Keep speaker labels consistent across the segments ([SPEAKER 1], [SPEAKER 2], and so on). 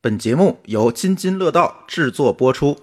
[SPEAKER 1] 本节目由津津乐道制作播出。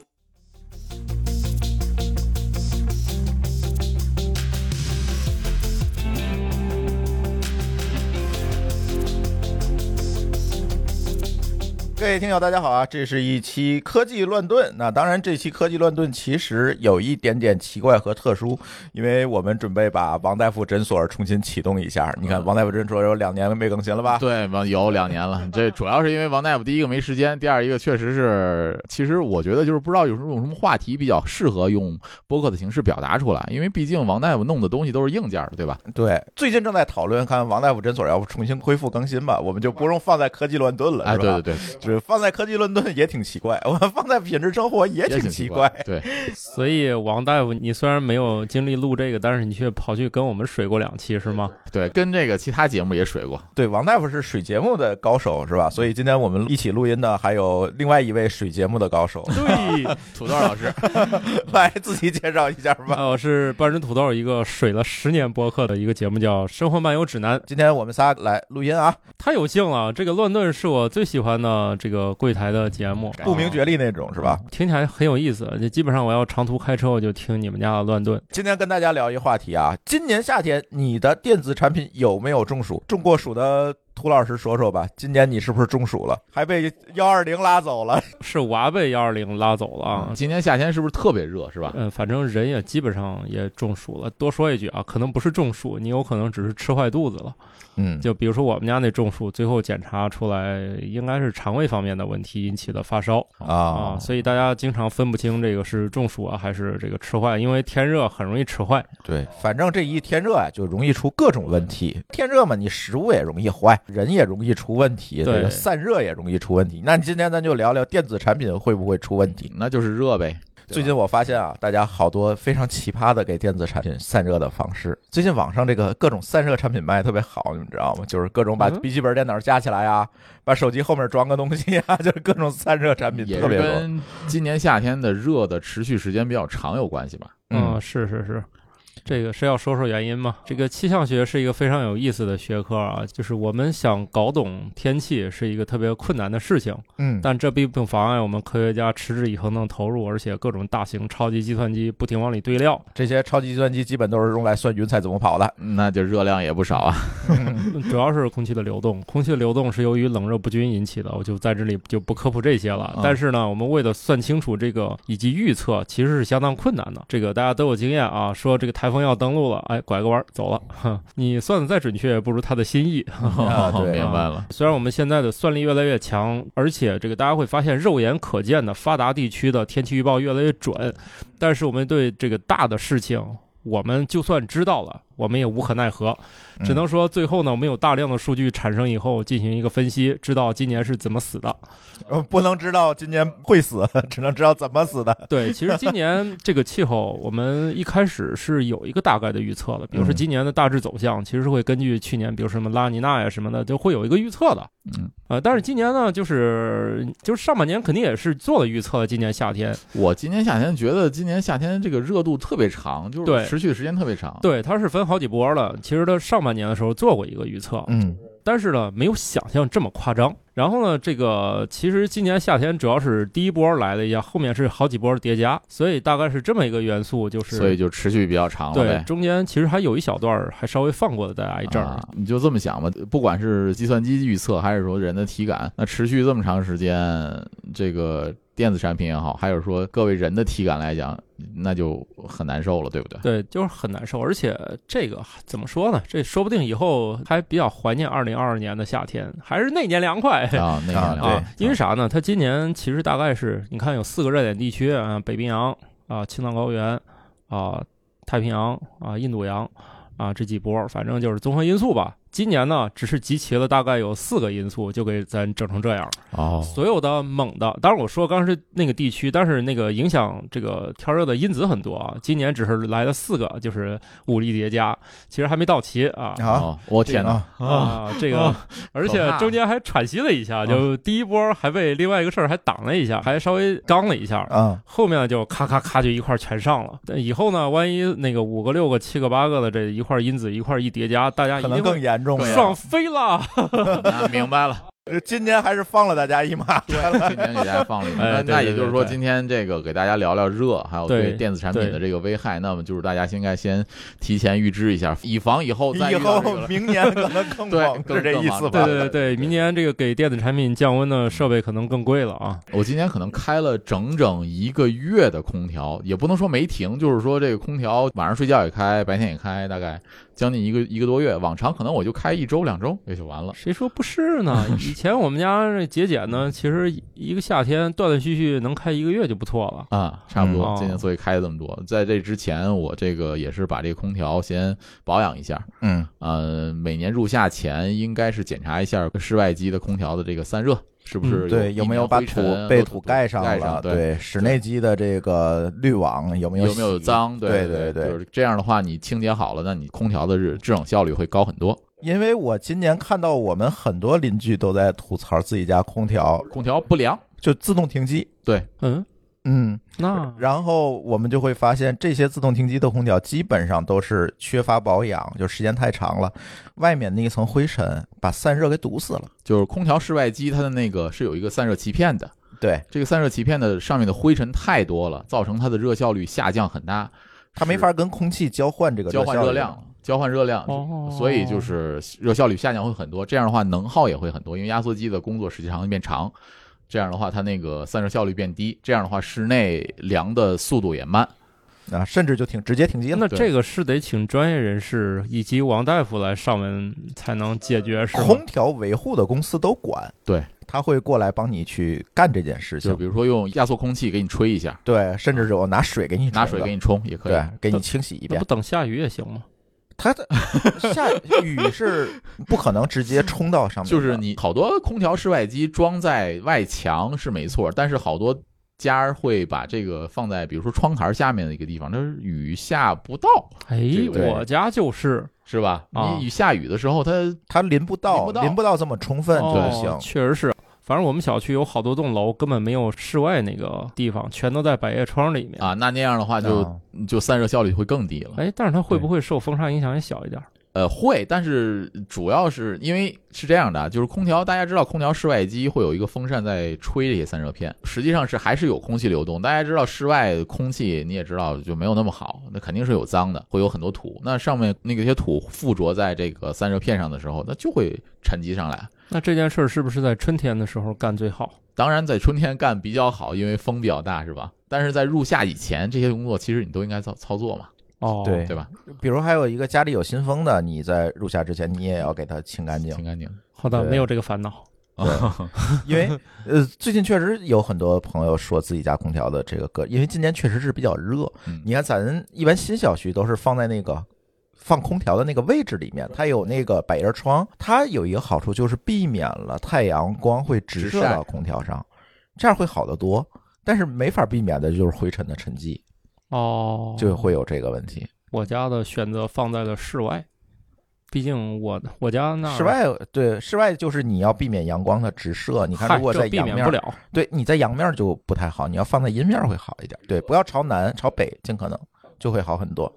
[SPEAKER 1] 各位听友，大家好啊！这是一期科技乱炖。那当然，这期科技乱炖其实有一点点奇怪和特殊，因为我们准备把王大夫诊所重新启动一下。你看，王大夫诊所有两年没更新 了吧？
[SPEAKER 2] 对，王有两年了。这主要是因为王大夫第一个没时间，第二一个确实是，其实我觉得就是不知道有什么用什么话题比较适合用播客的形式表达出来，因为毕竟王大夫弄的东西都是硬件儿，对吧？
[SPEAKER 1] 对，最近正在讨论，看王大夫诊所要不重新恢复更新吧，我们就不用放在科技乱炖了，
[SPEAKER 2] 哎，
[SPEAKER 1] 是吧？
[SPEAKER 2] 对对对，
[SPEAKER 1] 就是放在科技乱炖也挺奇怪，我放在品质生活也
[SPEAKER 2] 也
[SPEAKER 1] 挺
[SPEAKER 2] 挺
[SPEAKER 1] 奇
[SPEAKER 2] 怪
[SPEAKER 1] 怪。。
[SPEAKER 2] 对，
[SPEAKER 3] 所以王大夫，你虽然没有精力录这个，但是你却跑去跟我们水过两期，是吗？
[SPEAKER 2] 对，跟这个其他节目也水过，
[SPEAKER 1] 对，王大夫是水节目的高手，是吧？所以今天我们一起录音的还有另外一位水节目的高手，
[SPEAKER 3] 对，
[SPEAKER 2] 土豆老师。
[SPEAKER 1] 来自己介绍一下吧。
[SPEAKER 3] 我呃是半只土豆，一个水了十年播客的一个节目叫《生活漫游指南》，
[SPEAKER 1] 今天我们仨来录音啊，
[SPEAKER 3] 太有幸了，这个乱炖是我最喜欢的这个柜台的节目，
[SPEAKER 1] 不明觉厉那种，是吧？
[SPEAKER 3] 听起来很有意思。就基本上我要长途开车，我就听你们家的乱炖。
[SPEAKER 1] 今天跟大家聊一话题啊，今年夏天你的电子产品有没有中暑？中过暑的涂老师说说吧，今年你是不是中暑了？还被幺二零拉走了？
[SPEAKER 3] 是娃被幺二零拉走了啊。
[SPEAKER 2] 嗯今年夏天是不是特别热，是吧？
[SPEAKER 3] 嗯，反正人也基本上也中暑了。多说一句啊，可能不是中暑，你有可能只是吃坏肚子了。
[SPEAKER 1] 嗯，
[SPEAKER 3] 就比如说我们家那中暑，最后检查出来应该是肠胃方面的问题引起的发烧啊，
[SPEAKER 1] 啊，
[SPEAKER 3] 所以大家经常分不清这个是中暑啊还是这个吃坏，因为天热很容易吃坏。
[SPEAKER 1] 对，反正这一天热啊，就容易出各种问题。天热嘛，你食物也容易坏，人也容易出问题，
[SPEAKER 3] 对
[SPEAKER 1] 这个散热也容易出问题。那今天咱就聊聊电子产品会不会出问题。
[SPEAKER 2] 那就是热呗。对吧
[SPEAKER 1] 最近我发现啊，大家好多非常奇葩的给电子产品散热的方式。最近网上这个各种散热产品卖得特别好，你们知道吗？就是各种把
[SPEAKER 3] 嗯
[SPEAKER 1] 笔记本电脑架起来啊，把手机后面装个东西啊， 就是各种散热产品
[SPEAKER 2] 也
[SPEAKER 1] 嗯特
[SPEAKER 2] 是
[SPEAKER 1] 别多。
[SPEAKER 2] 跟今年夏天的热的持续时间比较长有关系吧？
[SPEAKER 1] 嗯
[SPEAKER 3] 是是是。这个是要说说原因吗？这个气象学是一个非常有意思的学科啊，就是我们想搞懂天气是一个特别困难的事情，
[SPEAKER 1] 嗯，
[SPEAKER 3] 但这并不妨碍我们科学家持之以恒的投入，而且各种大型超级计算机不停往里堆料。
[SPEAKER 1] 这些超级计算机基本都是用来算云彩怎么跑的。
[SPEAKER 2] 那就热量也不少啊。
[SPEAKER 3] 主要是空气的流动，空气的流动是由于冷热不均引起的，我就在这里就不科普这些了。
[SPEAKER 2] 嗯
[SPEAKER 3] 但是呢，我们为了算清楚这个以及预测，其实是相当困难的。这个大家都有经验啊，说这个台风要登陆了，哎，拐个弯儿走了， 哼，你算的再准确，不如他的心意。
[SPEAKER 1] 啊对
[SPEAKER 2] 哦 明白了。
[SPEAKER 3] 虽然我们现在的算力越来越强，而且这个大家会发现肉眼可见的发达地区的天气预报越来越准，但是我们对这个大的事情，我们就算知道了，我们也无可奈何，只能说最后呢，我们有大量的数据产生以后进行一个分析，知道今年是怎么死的。
[SPEAKER 1] 呃，不能知道今年会死，只能知道怎么死的。
[SPEAKER 3] 对，其实今年这个气候，我们一开始是有一个大概的预测的，比如说
[SPEAKER 1] 嗯
[SPEAKER 3] 今年的大致走向，其实是会根据去年，比如说什么拉尼娜呀什么的，就会有一个预测的。
[SPEAKER 2] 嗯，
[SPEAKER 3] 呃，但是今年呢，就是就是上半年肯定也是做了预测的，今年夏天，
[SPEAKER 2] 我今年夏天觉得今年夏天这个热度特别长，就
[SPEAKER 3] 对
[SPEAKER 2] 是持续的时间特别长。
[SPEAKER 3] 对，它是分好几波的。其实它上半年的时候做过一个预测，
[SPEAKER 1] 嗯，
[SPEAKER 3] 但是呢，没有想象这么夸张。然后呢，这个其实今年夏天主要是第一波来了一下，后面是好几波叠加，所以大概是这么一个元素，就是
[SPEAKER 2] 所以就持续比较长了
[SPEAKER 3] 对
[SPEAKER 2] 呗，。
[SPEAKER 3] 中间其实还有一小段儿，还稍微放过了大家一阵儿。
[SPEAKER 2] 啊，你就这么想吧，不管是计算机预测还是说人的体感，那持续这么长时间，这个电子产品也好，还有说各位人的体感来讲，那就很难受了，对不对？
[SPEAKER 3] 对，就是很难受，而且这个怎么说呢？这说不定以后还比较怀念2022年的夏天，还是那年凉快。
[SPEAKER 2] 啊，那
[SPEAKER 1] 啊
[SPEAKER 2] 个
[SPEAKER 1] 对
[SPEAKER 3] 啊，因为啥呢？它今年其实大概是，你看有四个热点地区啊，北冰洋啊、青藏高原啊、太平洋啊、印度洋啊这几波，反正就是综合因素吧。今年呢，只是集齐了大概有四个因素，就给咱整成这样。
[SPEAKER 2] 哦，
[SPEAKER 3] 所有的猛的，当然我说刚是那个地区，但是那个影响这个天热的因子很多啊。今年只是来了四个，就是武力叠加，其实还没到齐啊。
[SPEAKER 1] 好，
[SPEAKER 2] 哦，我天 哪！
[SPEAKER 1] 啊，
[SPEAKER 3] 啊，这个， 而且
[SPEAKER 2] 可怕
[SPEAKER 3] 中间还喘息了一下，
[SPEAKER 2] 嗯
[SPEAKER 3] 就第一波还被另外一个事儿还挡了一下，还稍微刚了一下，
[SPEAKER 1] 嗯，
[SPEAKER 3] 后面就咔咔咔就一块儿全上了。但以后呢，万一那个五个、六个、七个、八个的这一块因子一块一叠加，大家
[SPEAKER 1] 嗯
[SPEAKER 3] 一
[SPEAKER 1] 可能
[SPEAKER 3] 定
[SPEAKER 1] 更啊
[SPEAKER 3] 会
[SPEAKER 1] 严重了。
[SPEAKER 2] 对
[SPEAKER 1] 呃
[SPEAKER 2] 啊
[SPEAKER 3] 爽飞了。
[SPEAKER 2] 那明白了。
[SPEAKER 1] 今年还是放了大家一马。
[SPEAKER 2] 今天给大家放了一个，那
[SPEAKER 3] 哎对
[SPEAKER 2] 那也就是说，
[SPEAKER 3] 对对对
[SPEAKER 2] 今天这个给大家聊聊热，还有对
[SPEAKER 3] 对
[SPEAKER 2] 电子产品的
[SPEAKER 3] 对
[SPEAKER 2] 这个危害。那么就是大家应该先提前预知一下，以防以后再
[SPEAKER 1] 以
[SPEAKER 2] 遇到
[SPEAKER 1] 后
[SPEAKER 2] 这个了
[SPEAKER 1] 明年可能更
[SPEAKER 2] 对
[SPEAKER 1] 猛，
[SPEAKER 2] 更
[SPEAKER 1] 是这
[SPEAKER 2] 更
[SPEAKER 1] 意
[SPEAKER 2] 猛
[SPEAKER 1] 思
[SPEAKER 2] 对
[SPEAKER 1] 吧？
[SPEAKER 3] 对对对，明年这个给电子产品降温的设备可能更贵了啊。
[SPEAKER 2] 我今天可能开了整整一个月的空调，也不能说没停，就是说这个空调晚上睡觉也开，白天也开，大概将近一个一个多月。往常可能我就开一周两周也就完了。
[SPEAKER 3] 谁说不是呢？以前我们家这节俭呢，其实一个夏天断断续续能开一个月就不错了。
[SPEAKER 2] 啊，差不多
[SPEAKER 3] 嗯，
[SPEAKER 2] 今年所以开了这么多。在这之前，我这个也是把这个空调先保养一下，
[SPEAKER 1] 嗯，
[SPEAKER 2] 呃，每年入夏前应该是检查一下室外机的空调的这个散热是不是
[SPEAKER 3] 嗯
[SPEAKER 1] 对，有
[SPEAKER 2] 有
[SPEAKER 1] 没有把
[SPEAKER 2] 一点
[SPEAKER 1] 土
[SPEAKER 2] 灰尘
[SPEAKER 1] 被
[SPEAKER 2] 都
[SPEAKER 1] 土盖上
[SPEAKER 2] 盖
[SPEAKER 1] 了？
[SPEAKER 2] 对。
[SPEAKER 1] 对，室内机的这个滤网有没有
[SPEAKER 2] 有
[SPEAKER 1] 有
[SPEAKER 2] 没有？脏？
[SPEAKER 1] 对
[SPEAKER 2] 对
[SPEAKER 1] 对对
[SPEAKER 2] 就是这样的话，你清洁好了，那你空调的制制冷效率会高很多。
[SPEAKER 1] 因为我今年看到我们很多邻居都在吐槽自己家空调
[SPEAKER 2] 空调不良，
[SPEAKER 1] 就自动停机。
[SPEAKER 2] 对，
[SPEAKER 3] 嗯，
[SPEAKER 1] 嗯，
[SPEAKER 3] 那
[SPEAKER 1] 然后我们就会发现，这些自动停机的空调基本上都是缺乏保养，就时间太长了，外面那一层灰尘把散热给堵死了。
[SPEAKER 2] 就是空调室外机它的那个是有一个散热鳍片的，
[SPEAKER 1] 对，
[SPEAKER 2] 这个散热鳍片的上面的灰尘太多了，造成它的热效率下降很大，
[SPEAKER 1] 它没
[SPEAKER 2] 是
[SPEAKER 1] 法跟空气交换这个
[SPEAKER 2] 交换
[SPEAKER 1] 热效
[SPEAKER 2] 热
[SPEAKER 1] 率
[SPEAKER 2] 量。，交换热量，
[SPEAKER 3] 哦
[SPEAKER 2] 所以就是热效率下降会很多，这样的话能耗也会很多，因为压缩机的工作时长变长，这样的话它那个散热效率变低，这样的话室内凉的速度也慢。
[SPEAKER 1] 啊，甚至就停直接停机了。
[SPEAKER 3] 那
[SPEAKER 2] 对
[SPEAKER 3] 这个是得请专业人士以及王大夫来上门才能解决，是吗？
[SPEAKER 1] 空调维护的公司都管，
[SPEAKER 2] 对，
[SPEAKER 1] 他会过来帮你去干这件事
[SPEAKER 2] 就
[SPEAKER 1] 情
[SPEAKER 2] 比。如说用压缩空气给你吹一下，
[SPEAKER 1] 对，甚至是我拿水给你
[SPEAKER 2] 拿
[SPEAKER 1] 冲
[SPEAKER 2] 水
[SPEAKER 1] 的
[SPEAKER 2] 给你冲也可以。
[SPEAKER 1] 对，给你清洗一
[SPEAKER 3] 那
[SPEAKER 1] 遍
[SPEAKER 3] 不。等下雨也行吗？
[SPEAKER 1] 它的下雨是不可能直接冲到上面的，
[SPEAKER 2] 就是你好多空调室外机装在外墙是没错，但是好多家儿会把这个放在比如说窗台下面的一个地方，这雨下不到，
[SPEAKER 3] 哎
[SPEAKER 2] 这，
[SPEAKER 1] 个
[SPEAKER 3] 我家就是
[SPEAKER 2] 是吧？
[SPEAKER 3] 啊
[SPEAKER 2] 你雨下雨的时候，它
[SPEAKER 1] 它淋不到，
[SPEAKER 2] 淋不到
[SPEAKER 1] 这么充分就
[SPEAKER 3] 哦
[SPEAKER 1] 不行。
[SPEAKER 3] 确实是。反正我们小区有好多栋楼根本没有室外那个地方，全都在百叶窗里面。
[SPEAKER 2] 啊，那那样的话就
[SPEAKER 1] 啊
[SPEAKER 2] 就散热效率会更低了。
[SPEAKER 3] 哎，但是它会不会受风沙影响也小一点？
[SPEAKER 2] 呃，会，但是主要是因为是这样的啊，就是空调，大家知道空调室外机会有一个风扇在吹这些散热片，实际上是还是有空气流动。大家知道室外空气你也知道就没有那么好，那肯定是有脏的，会有很多土。那上面那个些土附着在这个散热片上的时候，那就会沉积上来。
[SPEAKER 3] 那这件事儿是不是在春天的时候干最好？
[SPEAKER 2] 当然，在春天干比较好，因为风比较大，是吧？但是在入夏以前，这些工作其实你都应该操操作嘛，
[SPEAKER 3] 哦，
[SPEAKER 1] 对
[SPEAKER 2] 对吧？
[SPEAKER 1] 比如还有一个家里有新风的，你在入夏之前你也要给它清干 净，
[SPEAKER 2] 挺干净。
[SPEAKER 3] 好的，
[SPEAKER 1] 对
[SPEAKER 3] 没有这个烦恼。
[SPEAKER 1] 因为呃，最近确实有很多朋友说自己家空调的这个歌，因为今年确实是比较热。
[SPEAKER 2] 嗯
[SPEAKER 1] 你看咱一般新小区都是放在那个。放空调的那个位置里面，它有那个百叶窗，它有一个好处就是避免了太阳光会直射到空调上，这样会好得多。但是没法避免的就是灰尘的沉积，
[SPEAKER 3] 哦，
[SPEAKER 1] 就会有这个问题。
[SPEAKER 3] 我家的选择放在了室外，毕竟我我家那儿
[SPEAKER 1] 室外对室外就是你要避免阳光的直射，你看
[SPEAKER 3] 嗨
[SPEAKER 1] 如果
[SPEAKER 3] 这
[SPEAKER 1] 在
[SPEAKER 3] 避
[SPEAKER 1] 阳
[SPEAKER 3] 免
[SPEAKER 1] 面
[SPEAKER 3] 不
[SPEAKER 1] 儿，
[SPEAKER 3] 了。
[SPEAKER 1] 对你在阳面儿就不太好，你要放在阴面儿会好一点。对，不要朝南，朝北尽可能就会好很多。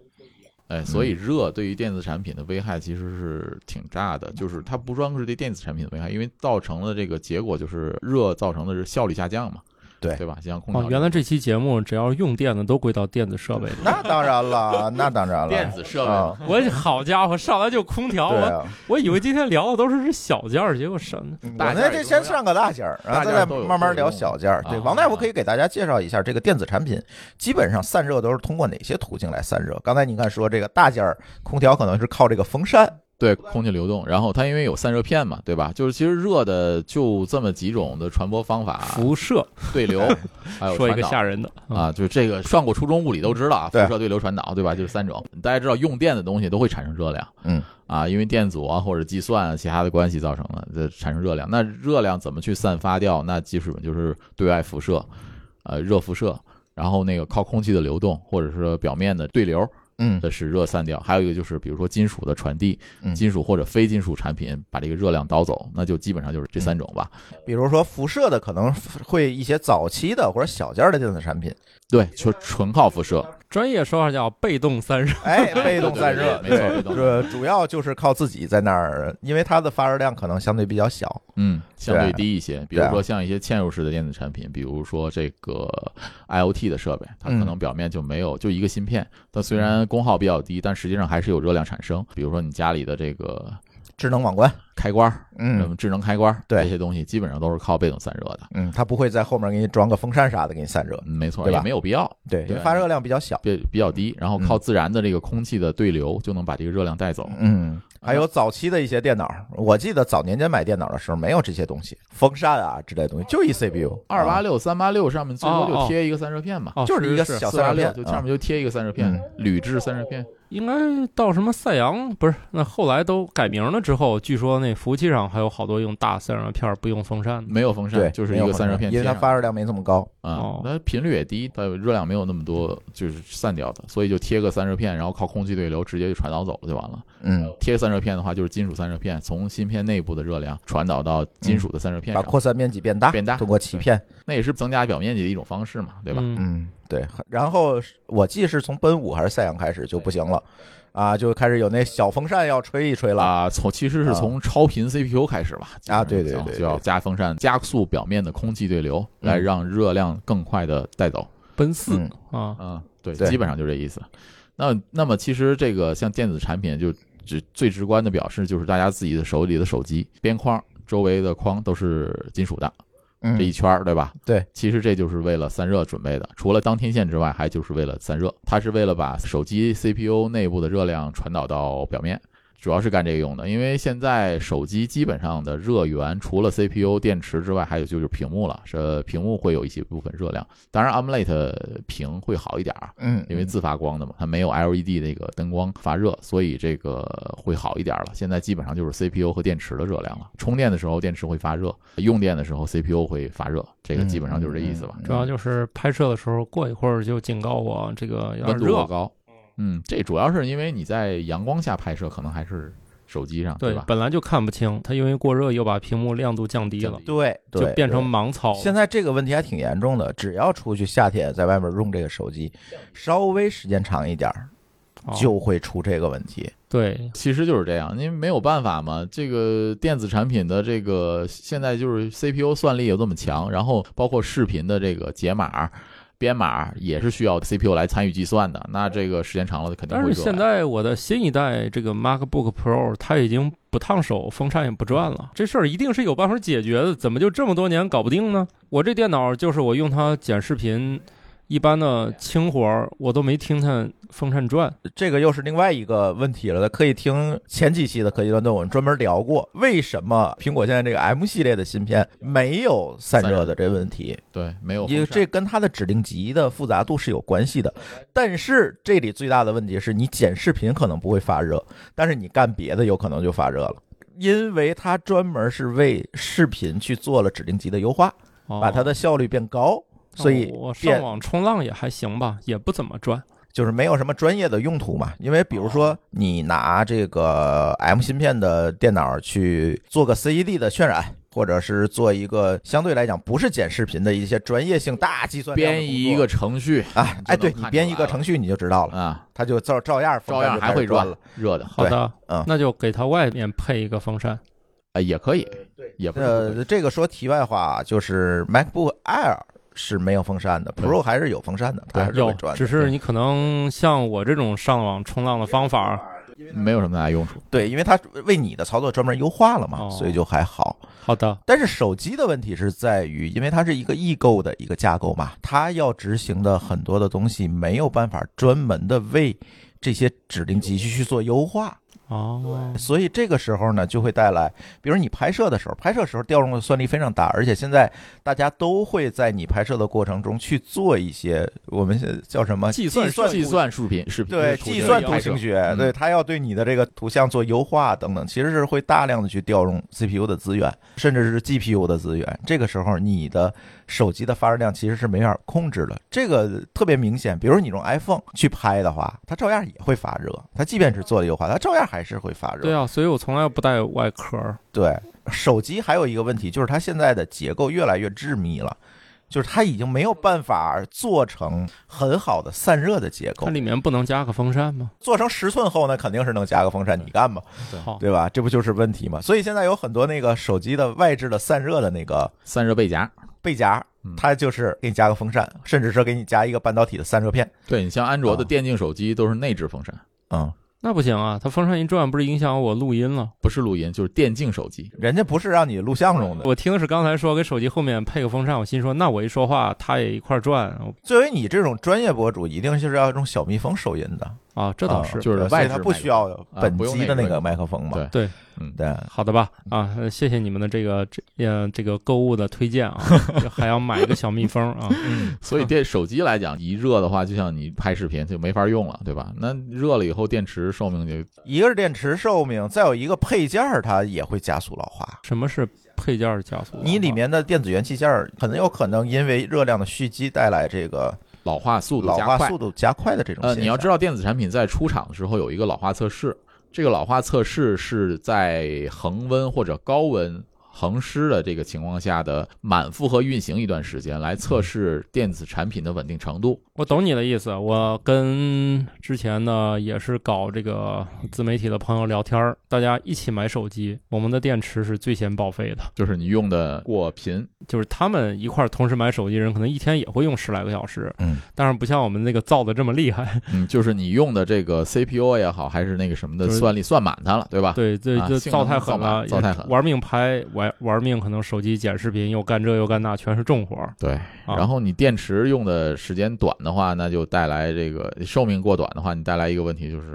[SPEAKER 2] 哎，所以热对于电子产品的危害其实是挺大的，就是它不光是对电子产品的危害，因为造成了这个结果就是热造成的是效率下降嘛，
[SPEAKER 1] 对
[SPEAKER 2] 对吧？像空
[SPEAKER 3] 哦
[SPEAKER 2] 调，，
[SPEAKER 3] 原来这期节目只要用电的都归到电子设 备里。
[SPEAKER 1] 那当然了，那当然了，
[SPEAKER 2] 电子设备嘛
[SPEAKER 1] 啊，
[SPEAKER 3] 我好家伙，上来就空调，
[SPEAKER 1] 对
[SPEAKER 3] 我
[SPEAKER 1] 啊，
[SPEAKER 3] 我以为今天聊的都是小件儿，结果什么？
[SPEAKER 1] 嗯我
[SPEAKER 2] 大件儿
[SPEAKER 1] 那这
[SPEAKER 2] 也都
[SPEAKER 1] 先
[SPEAKER 2] 一样
[SPEAKER 1] 上个大件儿，然
[SPEAKER 2] 大
[SPEAKER 1] 后
[SPEAKER 2] 件
[SPEAKER 1] 再
[SPEAKER 2] 儿
[SPEAKER 1] 来
[SPEAKER 2] 都有
[SPEAKER 1] 慢慢
[SPEAKER 2] 都有
[SPEAKER 1] 聊
[SPEAKER 2] 用
[SPEAKER 1] 小件儿。
[SPEAKER 2] 啊
[SPEAKER 1] 对，王大夫
[SPEAKER 2] 啊
[SPEAKER 1] 可以给大家介绍一下这个电子产品，基本上散热都是通过哪些途径来散热？刚才你看说这个大件儿空调可能是靠这个风扇，
[SPEAKER 2] 对空气流动，然后它因为有散热片嘛，对吧？就是其实热的就这么几种的传播方法，
[SPEAKER 3] 辐射，
[SPEAKER 2] 对 流，还有
[SPEAKER 3] 说一
[SPEAKER 2] 传
[SPEAKER 3] 个
[SPEAKER 2] 导。
[SPEAKER 3] 吓人的，
[SPEAKER 2] 啊，就这个上过初中物理都知道啊，
[SPEAKER 1] 嗯
[SPEAKER 2] 辐
[SPEAKER 1] 对
[SPEAKER 2] 射、对流、传导，对吧？就是三种。大家知道用电的东西都会产生热量，
[SPEAKER 1] 嗯
[SPEAKER 2] 啊，因为电阻啊或者计算啊其他的关系造成的，这产生热量。那热量怎么去散发掉？那基本就是对外辐射，呃，热辐射，然后那个靠空气的流动，或者是表面的对流。
[SPEAKER 1] 嗯
[SPEAKER 2] 的使热散掉，还有一个就是比如说金属的传递
[SPEAKER 1] 嗯，
[SPEAKER 2] 金属或者非金属产品把这个热量导走，那就基本上就是这
[SPEAKER 1] 嗯
[SPEAKER 2] 三种吧。
[SPEAKER 1] 比如说辐射的可能会一些早期的或者小件儿的电子产品，
[SPEAKER 2] 对，就纯靠辐射，
[SPEAKER 3] 专业说法叫被动散热。
[SPEAKER 1] 哎，被动散热，对
[SPEAKER 2] 对对对没错被动
[SPEAKER 1] 这主要就是靠自己在那儿，因为它的发热量可能相对比较小，
[SPEAKER 2] 嗯，相
[SPEAKER 1] 对
[SPEAKER 2] 对低一些。比如说像一些嵌入式的电子产品，比如说这个 IOT 的设备，它
[SPEAKER 1] 嗯
[SPEAKER 2] 可能表面就没有就一个芯片，它虽然功耗比较低，但实际上还是有热量产生。比如说你家里的这个
[SPEAKER 1] 智能网关，
[SPEAKER 2] 开关儿，什
[SPEAKER 1] 嗯
[SPEAKER 2] 么智能开关儿，
[SPEAKER 1] 对
[SPEAKER 2] 这些东西基本上都是靠被动散热的。
[SPEAKER 1] 嗯，它不会在后面给你装个风扇啥的给你散热，
[SPEAKER 2] 嗯没错，
[SPEAKER 1] 对吧
[SPEAKER 2] 也没有必要，
[SPEAKER 1] 对，因
[SPEAKER 2] 对
[SPEAKER 1] 为发热量比较小，
[SPEAKER 2] 比比较低，然后靠自然的这个空气的对流就能把这个热量带走。
[SPEAKER 1] 嗯。还有早期的一些电脑，我记得早年间买电脑的时候没有这些东西，风扇啊之类的东西，就一 CPU，
[SPEAKER 2] 二八
[SPEAKER 1] 啊
[SPEAKER 2] 六、三八六上面最多
[SPEAKER 3] 哦
[SPEAKER 2] 就
[SPEAKER 3] 哦
[SPEAKER 2] 贴一个散热片嘛，
[SPEAKER 3] 哦，
[SPEAKER 1] 就是一个
[SPEAKER 3] 是
[SPEAKER 1] 小
[SPEAKER 2] 四
[SPEAKER 1] 散
[SPEAKER 2] 八
[SPEAKER 1] 热
[SPEAKER 2] 六
[SPEAKER 1] 片，
[SPEAKER 2] 就
[SPEAKER 1] 啊
[SPEAKER 2] 上面就贴一个散热片
[SPEAKER 1] 嗯，
[SPEAKER 2] 铝制散热片。
[SPEAKER 3] 应该到什么赛扬不是？那后来都改名了之后，据说那服务器上还有好多用大散热片儿不用风扇的。
[SPEAKER 2] 没有风
[SPEAKER 1] 对，
[SPEAKER 2] 扇，就是
[SPEAKER 1] 没
[SPEAKER 2] 一
[SPEAKER 1] 有
[SPEAKER 2] 个
[SPEAKER 1] 风
[SPEAKER 2] 散热
[SPEAKER 1] 扇
[SPEAKER 2] 片
[SPEAKER 1] 因
[SPEAKER 2] 贴
[SPEAKER 1] 为
[SPEAKER 2] 上，
[SPEAKER 1] 它发热量没这么高，
[SPEAKER 2] 啊
[SPEAKER 3] 哦，
[SPEAKER 2] 那频率也低，它热量没有那么多，就是散掉的，所以就贴个散热片，然后靠空气对流直接就传导走了就完了。
[SPEAKER 1] 嗯，
[SPEAKER 2] 贴散热片的话，就是金属散热片从芯片内部的热量传导到金属的散热片
[SPEAKER 1] 嗯把
[SPEAKER 2] 上，
[SPEAKER 1] 扩散面积变大，
[SPEAKER 2] 变大
[SPEAKER 1] 通过鳍片，
[SPEAKER 2] 那也是增加表面积的一种方式嘛，对吧？
[SPEAKER 3] 嗯，
[SPEAKER 1] 嗯，对。然后是我记得是从奔五还是赛扬开始就不行了，啊，就开始有那小风扇要吹一吹了。
[SPEAKER 2] 啊，从其实是从超频 CPU 开始吧，
[SPEAKER 1] 啊对对对对
[SPEAKER 2] 就要加风扇，加速表面的空气对流，
[SPEAKER 1] 嗯
[SPEAKER 2] 来让热量更快的带走。
[SPEAKER 3] 奔四
[SPEAKER 1] 嗯
[SPEAKER 3] 啊，
[SPEAKER 2] 嗯，对，
[SPEAKER 1] 对
[SPEAKER 2] 基本上就这意思。那那么其实这个像电子产品就直最直观的表示就是大家自己的手里的手机边框周围的框都是金属的
[SPEAKER 1] 嗯
[SPEAKER 2] 这一圈儿，对吧？
[SPEAKER 1] 对，
[SPEAKER 2] 其实这就是为了散热准备的，除了当天线之外，还就是为了散热，它是为了把手机 CPU 内部的热量传导到表面。主要是干这个用的，因为现在手机基本上的热源除了 CPU、电池之外，还有就是屏幕了。是屏幕会有一些部分热量，当然 AMOLED 屏会好一点儿，
[SPEAKER 1] 嗯，
[SPEAKER 2] 因为自发光的嘛，它没有 LED 那个灯光发热，所以这个会好一点了。现在基本上就是 CPU 和电池的热量了。充电的时候电池会发热，用电的时候 CPU 会发热，这个基本上就是这意思吧。
[SPEAKER 1] 嗯
[SPEAKER 3] 主要就是拍摄的时候过一会儿就警告我这个有点
[SPEAKER 2] 温度过
[SPEAKER 3] 热。
[SPEAKER 2] 高，嗯，这主要是因为你在阳光下拍摄，可能还是手机上
[SPEAKER 3] 对
[SPEAKER 2] 吧，？
[SPEAKER 3] 本来就看不清，它因为过热又把屏幕亮度降低了，
[SPEAKER 1] 对，
[SPEAKER 3] 就
[SPEAKER 1] 对
[SPEAKER 3] 变成
[SPEAKER 1] 对
[SPEAKER 3] 盲操了。
[SPEAKER 1] 现在这个问题还挺严重的，只要出去夏天在外面用这个手机，稍微时间长一点儿
[SPEAKER 3] 哦
[SPEAKER 1] 就会出这个问题。
[SPEAKER 3] 对，
[SPEAKER 2] 其实就是这样，因为没有办法嘛。这个电子产品的这个现在就是 CPU 算力有这么强，然后包括视频的这个解码、编码也是需要 CPU 来参与计算的。那这个时间长了肯定
[SPEAKER 3] 但
[SPEAKER 2] 会
[SPEAKER 3] 是
[SPEAKER 2] 热
[SPEAKER 1] 哎
[SPEAKER 2] 呀。
[SPEAKER 3] 现在我的新一代这个 MacBook Pro 它已经不烫手，风扇也不转了，这事儿一定是有办法解决的，怎么就这么多年搞不定呢？我这电脑就是我用它剪视频，一般的轻活儿我都没听它风扇转。
[SPEAKER 1] 这个又是另外一个问题了。可以听前几期的科技乱炖，我们专门聊过为什么苹果现在这个 M 系列的芯片没有散热的这问题，
[SPEAKER 2] 对没有
[SPEAKER 1] 因为
[SPEAKER 2] 风扇
[SPEAKER 1] 这跟它的指令集的复杂度是有关系的。但是这里最大的问题是你剪视频可能不会发热，但是你干别的有可能就发热了。因为它专门是为视频去做了指令集的优化，
[SPEAKER 3] 哦、
[SPEAKER 1] 把它的效率变高，所以
[SPEAKER 2] 哦
[SPEAKER 3] 我
[SPEAKER 1] 变
[SPEAKER 3] 上网冲浪也还行吧，也不怎么转。
[SPEAKER 1] 就是没有什么专业的用途嘛。因为比如
[SPEAKER 2] 哦
[SPEAKER 1] 说你拿这个 M 芯片的电脑去做个 CED 的渲染，或者是做一个相对来讲不是剪视频的一些专业性大计算量的
[SPEAKER 2] 编
[SPEAKER 1] 工作
[SPEAKER 2] 一个程序
[SPEAKER 1] 啊，哎，对
[SPEAKER 2] 就能看出
[SPEAKER 1] 你
[SPEAKER 2] 来
[SPEAKER 1] 编一个程序你就知道了，
[SPEAKER 2] 啊，
[SPEAKER 1] 它就照照样
[SPEAKER 2] 照样还会
[SPEAKER 1] 转
[SPEAKER 2] 热
[SPEAKER 1] 了。
[SPEAKER 2] 热的啊、
[SPEAKER 3] 好的，
[SPEAKER 1] 嗯
[SPEAKER 3] 那就给它外面配一个风扇。
[SPEAKER 2] 啊也可以，也不是不可以
[SPEAKER 1] 呃，这个说题外话，啊就是 MacBook Air 是没有风扇的
[SPEAKER 2] 对
[SPEAKER 1] ，Pro 还是有风扇的，它还是
[SPEAKER 3] 哎有
[SPEAKER 1] 会转，的
[SPEAKER 3] 只。是你可能像我这种上网冲浪的方法，
[SPEAKER 2] 没有什么大用处。
[SPEAKER 1] 对，因为它为你的操作专门优化了嘛，
[SPEAKER 3] 哦
[SPEAKER 1] 所以就还好。
[SPEAKER 3] 好的，
[SPEAKER 1] 但是手机的问题是在于，因为它是一个异构的一个架构嘛，它要执行的很多的东西没有办法专门的为这些指令集去去做优化，
[SPEAKER 3] 哦，
[SPEAKER 1] 所以这个时候呢，就会带来，比如你拍摄的时候，拍摄时候调用的算力非常大，而且现在大家都会在你拍摄的过程中去做一些我们现在叫什么
[SPEAKER 2] 计算
[SPEAKER 1] 算
[SPEAKER 2] 计算视频视频
[SPEAKER 1] 对
[SPEAKER 2] 图
[SPEAKER 1] 计
[SPEAKER 2] 形
[SPEAKER 1] 算
[SPEAKER 2] 拍
[SPEAKER 1] 图
[SPEAKER 2] 摄
[SPEAKER 1] 形学
[SPEAKER 2] 嗯，
[SPEAKER 1] 对它要对你的这个图像做优化等等，其实是会大量的去调用 CPU 的资源，甚至是 GPU 的资源。这个时候，你的手机的发热量其实是没法控制的，这个特别明显。比如你用 iPhone 去拍的话，它照样也会发热，它即便是做了优化，它照样还是会发热。
[SPEAKER 3] 对啊，所以我从来不带外壳儿。
[SPEAKER 1] 对，手机还有一个问题就是它现在的结构越来越致密了，就是它已经没有办法做成很好的散热的结构
[SPEAKER 3] 它。里面不能加个风扇吗？
[SPEAKER 1] 做成十寸厚呢，肯定是能加个风扇，你干吧，
[SPEAKER 3] 好，
[SPEAKER 1] 对吧？这不就是问题吗？所以现在有很多那个手机的外置的散热的那个
[SPEAKER 2] 散热背夹。
[SPEAKER 1] 背夹
[SPEAKER 2] 嗯，
[SPEAKER 1] 它就是给你加个风扇，甚至是给你加一个半导体的散热片。
[SPEAKER 2] 对你像安卓的
[SPEAKER 1] 啊
[SPEAKER 2] 电竞手机都是内置风扇，
[SPEAKER 1] 嗯，
[SPEAKER 3] 那不行啊，它风扇一转，不是影响我录音了？
[SPEAKER 2] 不是录音就是电竞手机。
[SPEAKER 1] 人家不是让你录像用的。
[SPEAKER 3] 我听是刚才说给手机后面配个风扇，我心说那我一说话它也一块儿转我
[SPEAKER 1] 作为你这种专业博主，一定就是要用小蜜蜂收音的，
[SPEAKER 3] 啊，这倒是、
[SPEAKER 1] 啊
[SPEAKER 2] 就是
[SPEAKER 1] 对所
[SPEAKER 2] 外
[SPEAKER 1] 以
[SPEAKER 2] 置
[SPEAKER 1] 它
[SPEAKER 2] 麦
[SPEAKER 1] 啊不
[SPEAKER 2] 克
[SPEAKER 1] 需要本
[SPEAKER 2] 不用
[SPEAKER 1] 机的
[SPEAKER 2] 那
[SPEAKER 1] 那
[SPEAKER 2] 个
[SPEAKER 1] 个麦克风嘛。
[SPEAKER 2] 对
[SPEAKER 3] 对
[SPEAKER 1] 对，
[SPEAKER 3] 好的吧？
[SPEAKER 1] 嗯
[SPEAKER 3] 啊，呃谢谢你们的这个这呃这个购物的推 荐啊，还要买一个小蜜蜂啊，
[SPEAKER 1] 嗯
[SPEAKER 2] 所以电手机来讲，一热的话，就像你拍视频就没法用了，对吧？那热了以后，电池寿命就
[SPEAKER 1] 一个是电池寿命，再有一个配件儿它也会加速老化。
[SPEAKER 3] 什么是配件儿加速？
[SPEAKER 1] 你里面的电子元器件儿很有可能因为热量的蓄积带来这个
[SPEAKER 2] 老化速度
[SPEAKER 1] 老
[SPEAKER 2] 加
[SPEAKER 1] 化
[SPEAKER 2] 快
[SPEAKER 1] 速。度加快的这种现
[SPEAKER 2] 呃，
[SPEAKER 1] 象。
[SPEAKER 2] 你要知道，电子产品在出厂的时候有一个老化测试，这个老化测试是在恒温或者高温恒湿的这个情况下的满负荷运行一段时间，来测试电子产品的稳定程度。
[SPEAKER 3] 我懂你的意思。我跟之前呢也是搞这个自媒体的朋友聊天儿，大家一起买手机，我们的电池是最先报废的。
[SPEAKER 2] 就是你用的过频，
[SPEAKER 3] 就是他们一块儿同时买手机的人，可能一天也会用十来个小时，
[SPEAKER 1] 嗯，
[SPEAKER 3] 但是不像我们那个造的这么厉害。
[SPEAKER 2] 嗯，就是你用的这个 CPU 也好，还是那个什么的
[SPEAKER 3] 就是
[SPEAKER 2] 算力算满它了，对吧？
[SPEAKER 3] 对，这
[SPEAKER 2] 啊
[SPEAKER 3] 这
[SPEAKER 2] 性
[SPEAKER 3] 造
[SPEAKER 2] 能
[SPEAKER 3] 太狠
[SPEAKER 2] 造
[SPEAKER 3] 了，
[SPEAKER 2] 满造太狠
[SPEAKER 3] 玩命拍，玩玩命，可能手机剪视频又干这又干那，全是重活儿。
[SPEAKER 2] 对，
[SPEAKER 3] 啊
[SPEAKER 2] 然后你电池用的时间短的话，那就带来这个寿命过短的话，你带来一个问题就是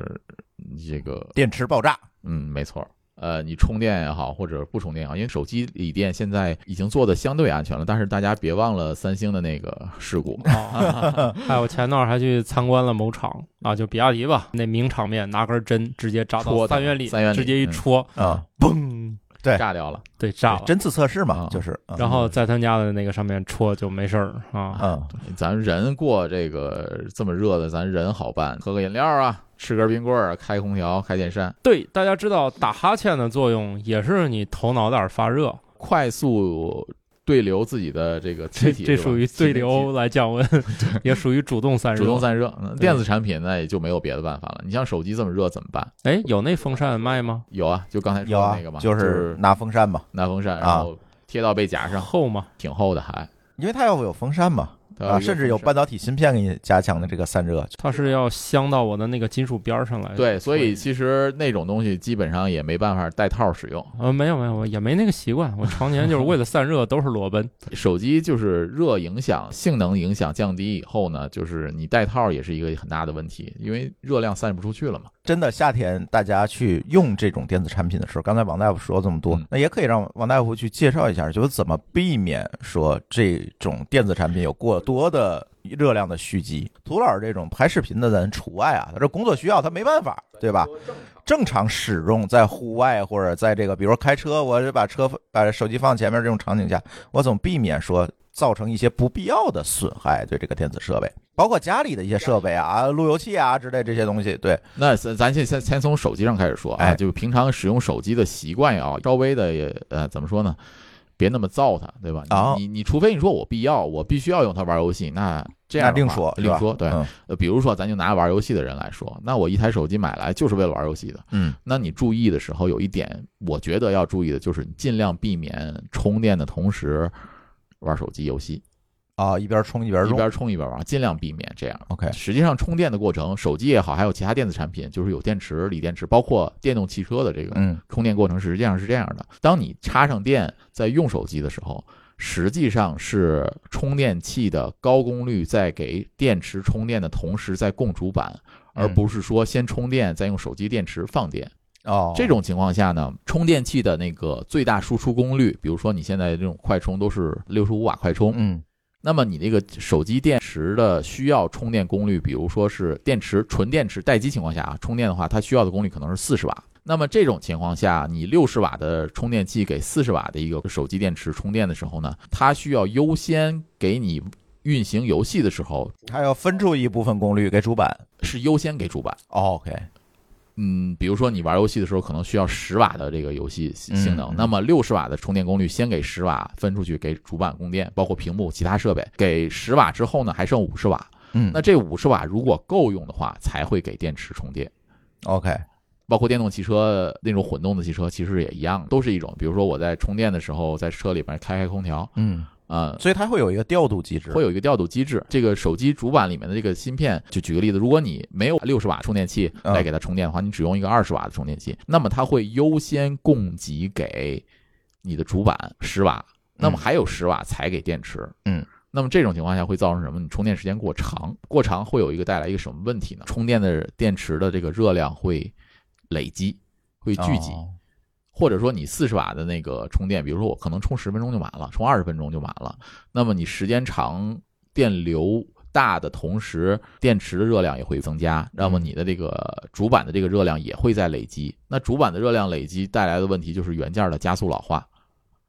[SPEAKER 2] 嗯这个，
[SPEAKER 1] 电池爆炸，
[SPEAKER 2] 嗯，没错儿。呃，你充电也好，或者不充电也好，因为手机锂电现在已经做的相对安全了，但是大家别忘了三星的那个事故。
[SPEAKER 3] 啊，哎，我前段儿还去参观了某厂啊，就比亚迪吧，那名场面，拿根针直接扎
[SPEAKER 2] 戳
[SPEAKER 3] 到
[SPEAKER 2] 它
[SPEAKER 3] 三元里，
[SPEAKER 2] 三元里
[SPEAKER 3] 直接一
[SPEAKER 2] 嗯
[SPEAKER 3] 戳，
[SPEAKER 1] 啊，
[SPEAKER 3] 嘣，
[SPEAKER 1] 对
[SPEAKER 2] 炸掉了，
[SPEAKER 3] 对，炸了。
[SPEAKER 1] 针刺测试
[SPEAKER 2] 啊
[SPEAKER 1] 嘛，就是。嗯
[SPEAKER 3] 然后在他们家的那个上面戳就没事儿啊，
[SPEAKER 1] 嗯，
[SPEAKER 2] 咱人过这个这么热的，咱人好办，喝个饮料啊，吃根冰棍儿，开空调，开电扇，
[SPEAKER 3] 对，大家知道打哈欠的作用也是你头脑有点儿发热，
[SPEAKER 2] 快速对流自己的这个气
[SPEAKER 3] 这
[SPEAKER 2] 体，
[SPEAKER 3] 这
[SPEAKER 2] 是吧
[SPEAKER 3] 属于对流来降温，也属于主动散热。
[SPEAKER 2] 主动散热。嗯
[SPEAKER 3] 对
[SPEAKER 2] 电子产品那也就没有别的办法了。你像手机这么热怎么办？
[SPEAKER 3] 哎，有那风扇卖吗？
[SPEAKER 2] 有啊，就刚才
[SPEAKER 1] 有
[SPEAKER 2] 说的
[SPEAKER 1] 啊
[SPEAKER 2] 那个嘛，，
[SPEAKER 1] 就是是拿风扇嘛，
[SPEAKER 2] 拿风扇，
[SPEAKER 1] 啊
[SPEAKER 2] 然后贴到背夹上，
[SPEAKER 3] 厚吗？
[SPEAKER 2] 挺厚的还。
[SPEAKER 1] 因为它要有风扇嘛，
[SPEAKER 2] 它
[SPEAKER 1] 啊，甚至有
[SPEAKER 2] 呃风扇
[SPEAKER 1] 半导体芯片给你加强的这个散热。
[SPEAKER 3] 它是要镶到我的那个金属边儿上来。
[SPEAKER 2] 对，所以其实那种东西基本上也没办法带套使用。
[SPEAKER 3] 呃，没有没有，我也没那个习惯。我常年就是为了散热都是 裸奔。
[SPEAKER 2] 手机就是热影响、性能影响降低以后呢，就是你带套也是一个很大的问题，因为热量散不出去了嘛。
[SPEAKER 1] 真的，夏天大家去用这种电子产品的时候，刚才王大夫说这么多
[SPEAKER 2] 嗯，
[SPEAKER 1] 那也可以让王大夫去介绍一下，就是怎么避免说这种电子产品有过多的热量的蓄积。涂老师这种拍视频的人除外啊，他这工作需要，他没办法，对吧？正常使用在户外或者在这个，比如说开车，我就把车把手机放前面这种场景下，我怎么避免说造成一些不必要的损害对这个电子设备，包括家里的一些设备啊、路由器啊之类这些东西，对。
[SPEAKER 2] 那咱咱先先先从手机上开始说啊，
[SPEAKER 1] 哎
[SPEAKER 2] 就平常使用手机的习惯也要稍微的也呃怎么说呢，别那么造它，对吧？
[SPEAKER 1] 哦
[SPEAKER 2] 你你你除非你说我必要，我必须要用它玩游戏，那这样
[SPEAKER 1] 那
[SPEAKER 2] 的
[SPEAKER 1] 另
[SPEAKER 2] 话
[SPEAKER 1] 说，是
[SPEAKER 2] 另
[SPEAKER 1] 吧
[SPEAKER 2] 说，对。
[SPEAKER 1] 嗯
[SPEAKER 2] 呃，比如说咱就拿玩游戏的人来说，那我一台手机买来就是为了玩游戏的，
[SPEAKER 1] 嗯，
[SPEAKER 2] 那你注意的时候有一点，我觉得要注意的就是你尽量避免充电的同时玩手机游戏，
[SPEAKER 1] 啊，一边冲一边
[SPEAKER 2] 一
[SPEAKER 1] 用
[SPEAKER 2] 边充一边玩，尽量避免这样。
[SPEAKER 1] OK，
[SPEAKER 2] 实际上，充电的过程，手机也好，还有其他电子产品，就是有电池、锂电池，包括电动汽车的这个
[SPEAKER 1] 嗯
[SPEAKER 2] 充电过程，实际上是这样的：当你插上电在用手机的时候，实际上是充电器的高功率在给电池充电的同时在供主板，而
[SPEAKER 1] 嗯
[SPEAKER 2] 不是说先充电再用手机电池放电。
[SPEAKER 1] 哦，
[SPEAKER 2] 这种情况下呢，充电器的那个最大输出功率，比如说你现在这种快充都是六十五瓦快充，
[SPEAKER 1] 嗯
[SPEAKER 2] 那么你那个手机电池的需要充电功率，比如说是电池纯电池待机情况下啊，充电的话，它需要的功率可能是四十瓦。那么这种情况下，你六十瓦的充电器给四十瓦的一个手机电池充电的时候呢，它需要优先给你运行游戏的时候
[SPEAKER 1] 还要分出一部分功率给主板。
[SPEAKER 2] 是优先给主板。
[SPEAKER 1] 哦 OK，
[SPEAKER 2] 嗯，比如说你玩游戏的时候可能需要十瓦的这个游戏性能，
[SPEAKER 1] 嗯嗯
[SPEAKER 2] 那么六十瓦的充电功率先给十瓦分出去给主板供电，包括屏幕、其他设备。给十瓦之后呢，还剩五十瓦。
[SPEAKER 1] 嗯，
[SPEAKER 2] 那这五十瓦如果够用的话，才会给电池充电。
[SPEAKER 1] OK，嗯
[SPEAKER 2] 包括电动汽车那种混动的汽车，其实也一样，都是一种。比如说我在充电的时候，在车里边开开空调，
[SPEAKER 1] 嗯，
[SPEAKER 2] 呃，
[SPEAKER 1] 所以它会有一个调度机制，
[SPEAKER 2] 会有一个调度机制。这个手机主板里面的这个芯片，就举个例子，如果你没有六十瓦充电器
[SPEAKER 1] 嗯
[SPEAKER 2] 来给它充电的话，你只用一个二十瓦的充电器，那么它会优先供给给你的主板十瓦，那么还有十瓦才给电池。
[SPEAKER 1] 嗯。
[SPEAKER 2] 那么这种情况下会造成什么？你充电时间过长，过长会有一个带来一个什么问题呢？充电的电池的这个热量会累积，会聚集，
[SPEAKER 1] 哦
[SPEAKER 2] 或者说你四十瓦的那个充电，比如说我可能充十分钟就满了，充二十分钟就满了，那么你时间长，电流大的同时，电池的热量也会增加，那么你的这个主板的这个热量也会在累积。那主板的热量累积带来的问题就是元件的加速老化，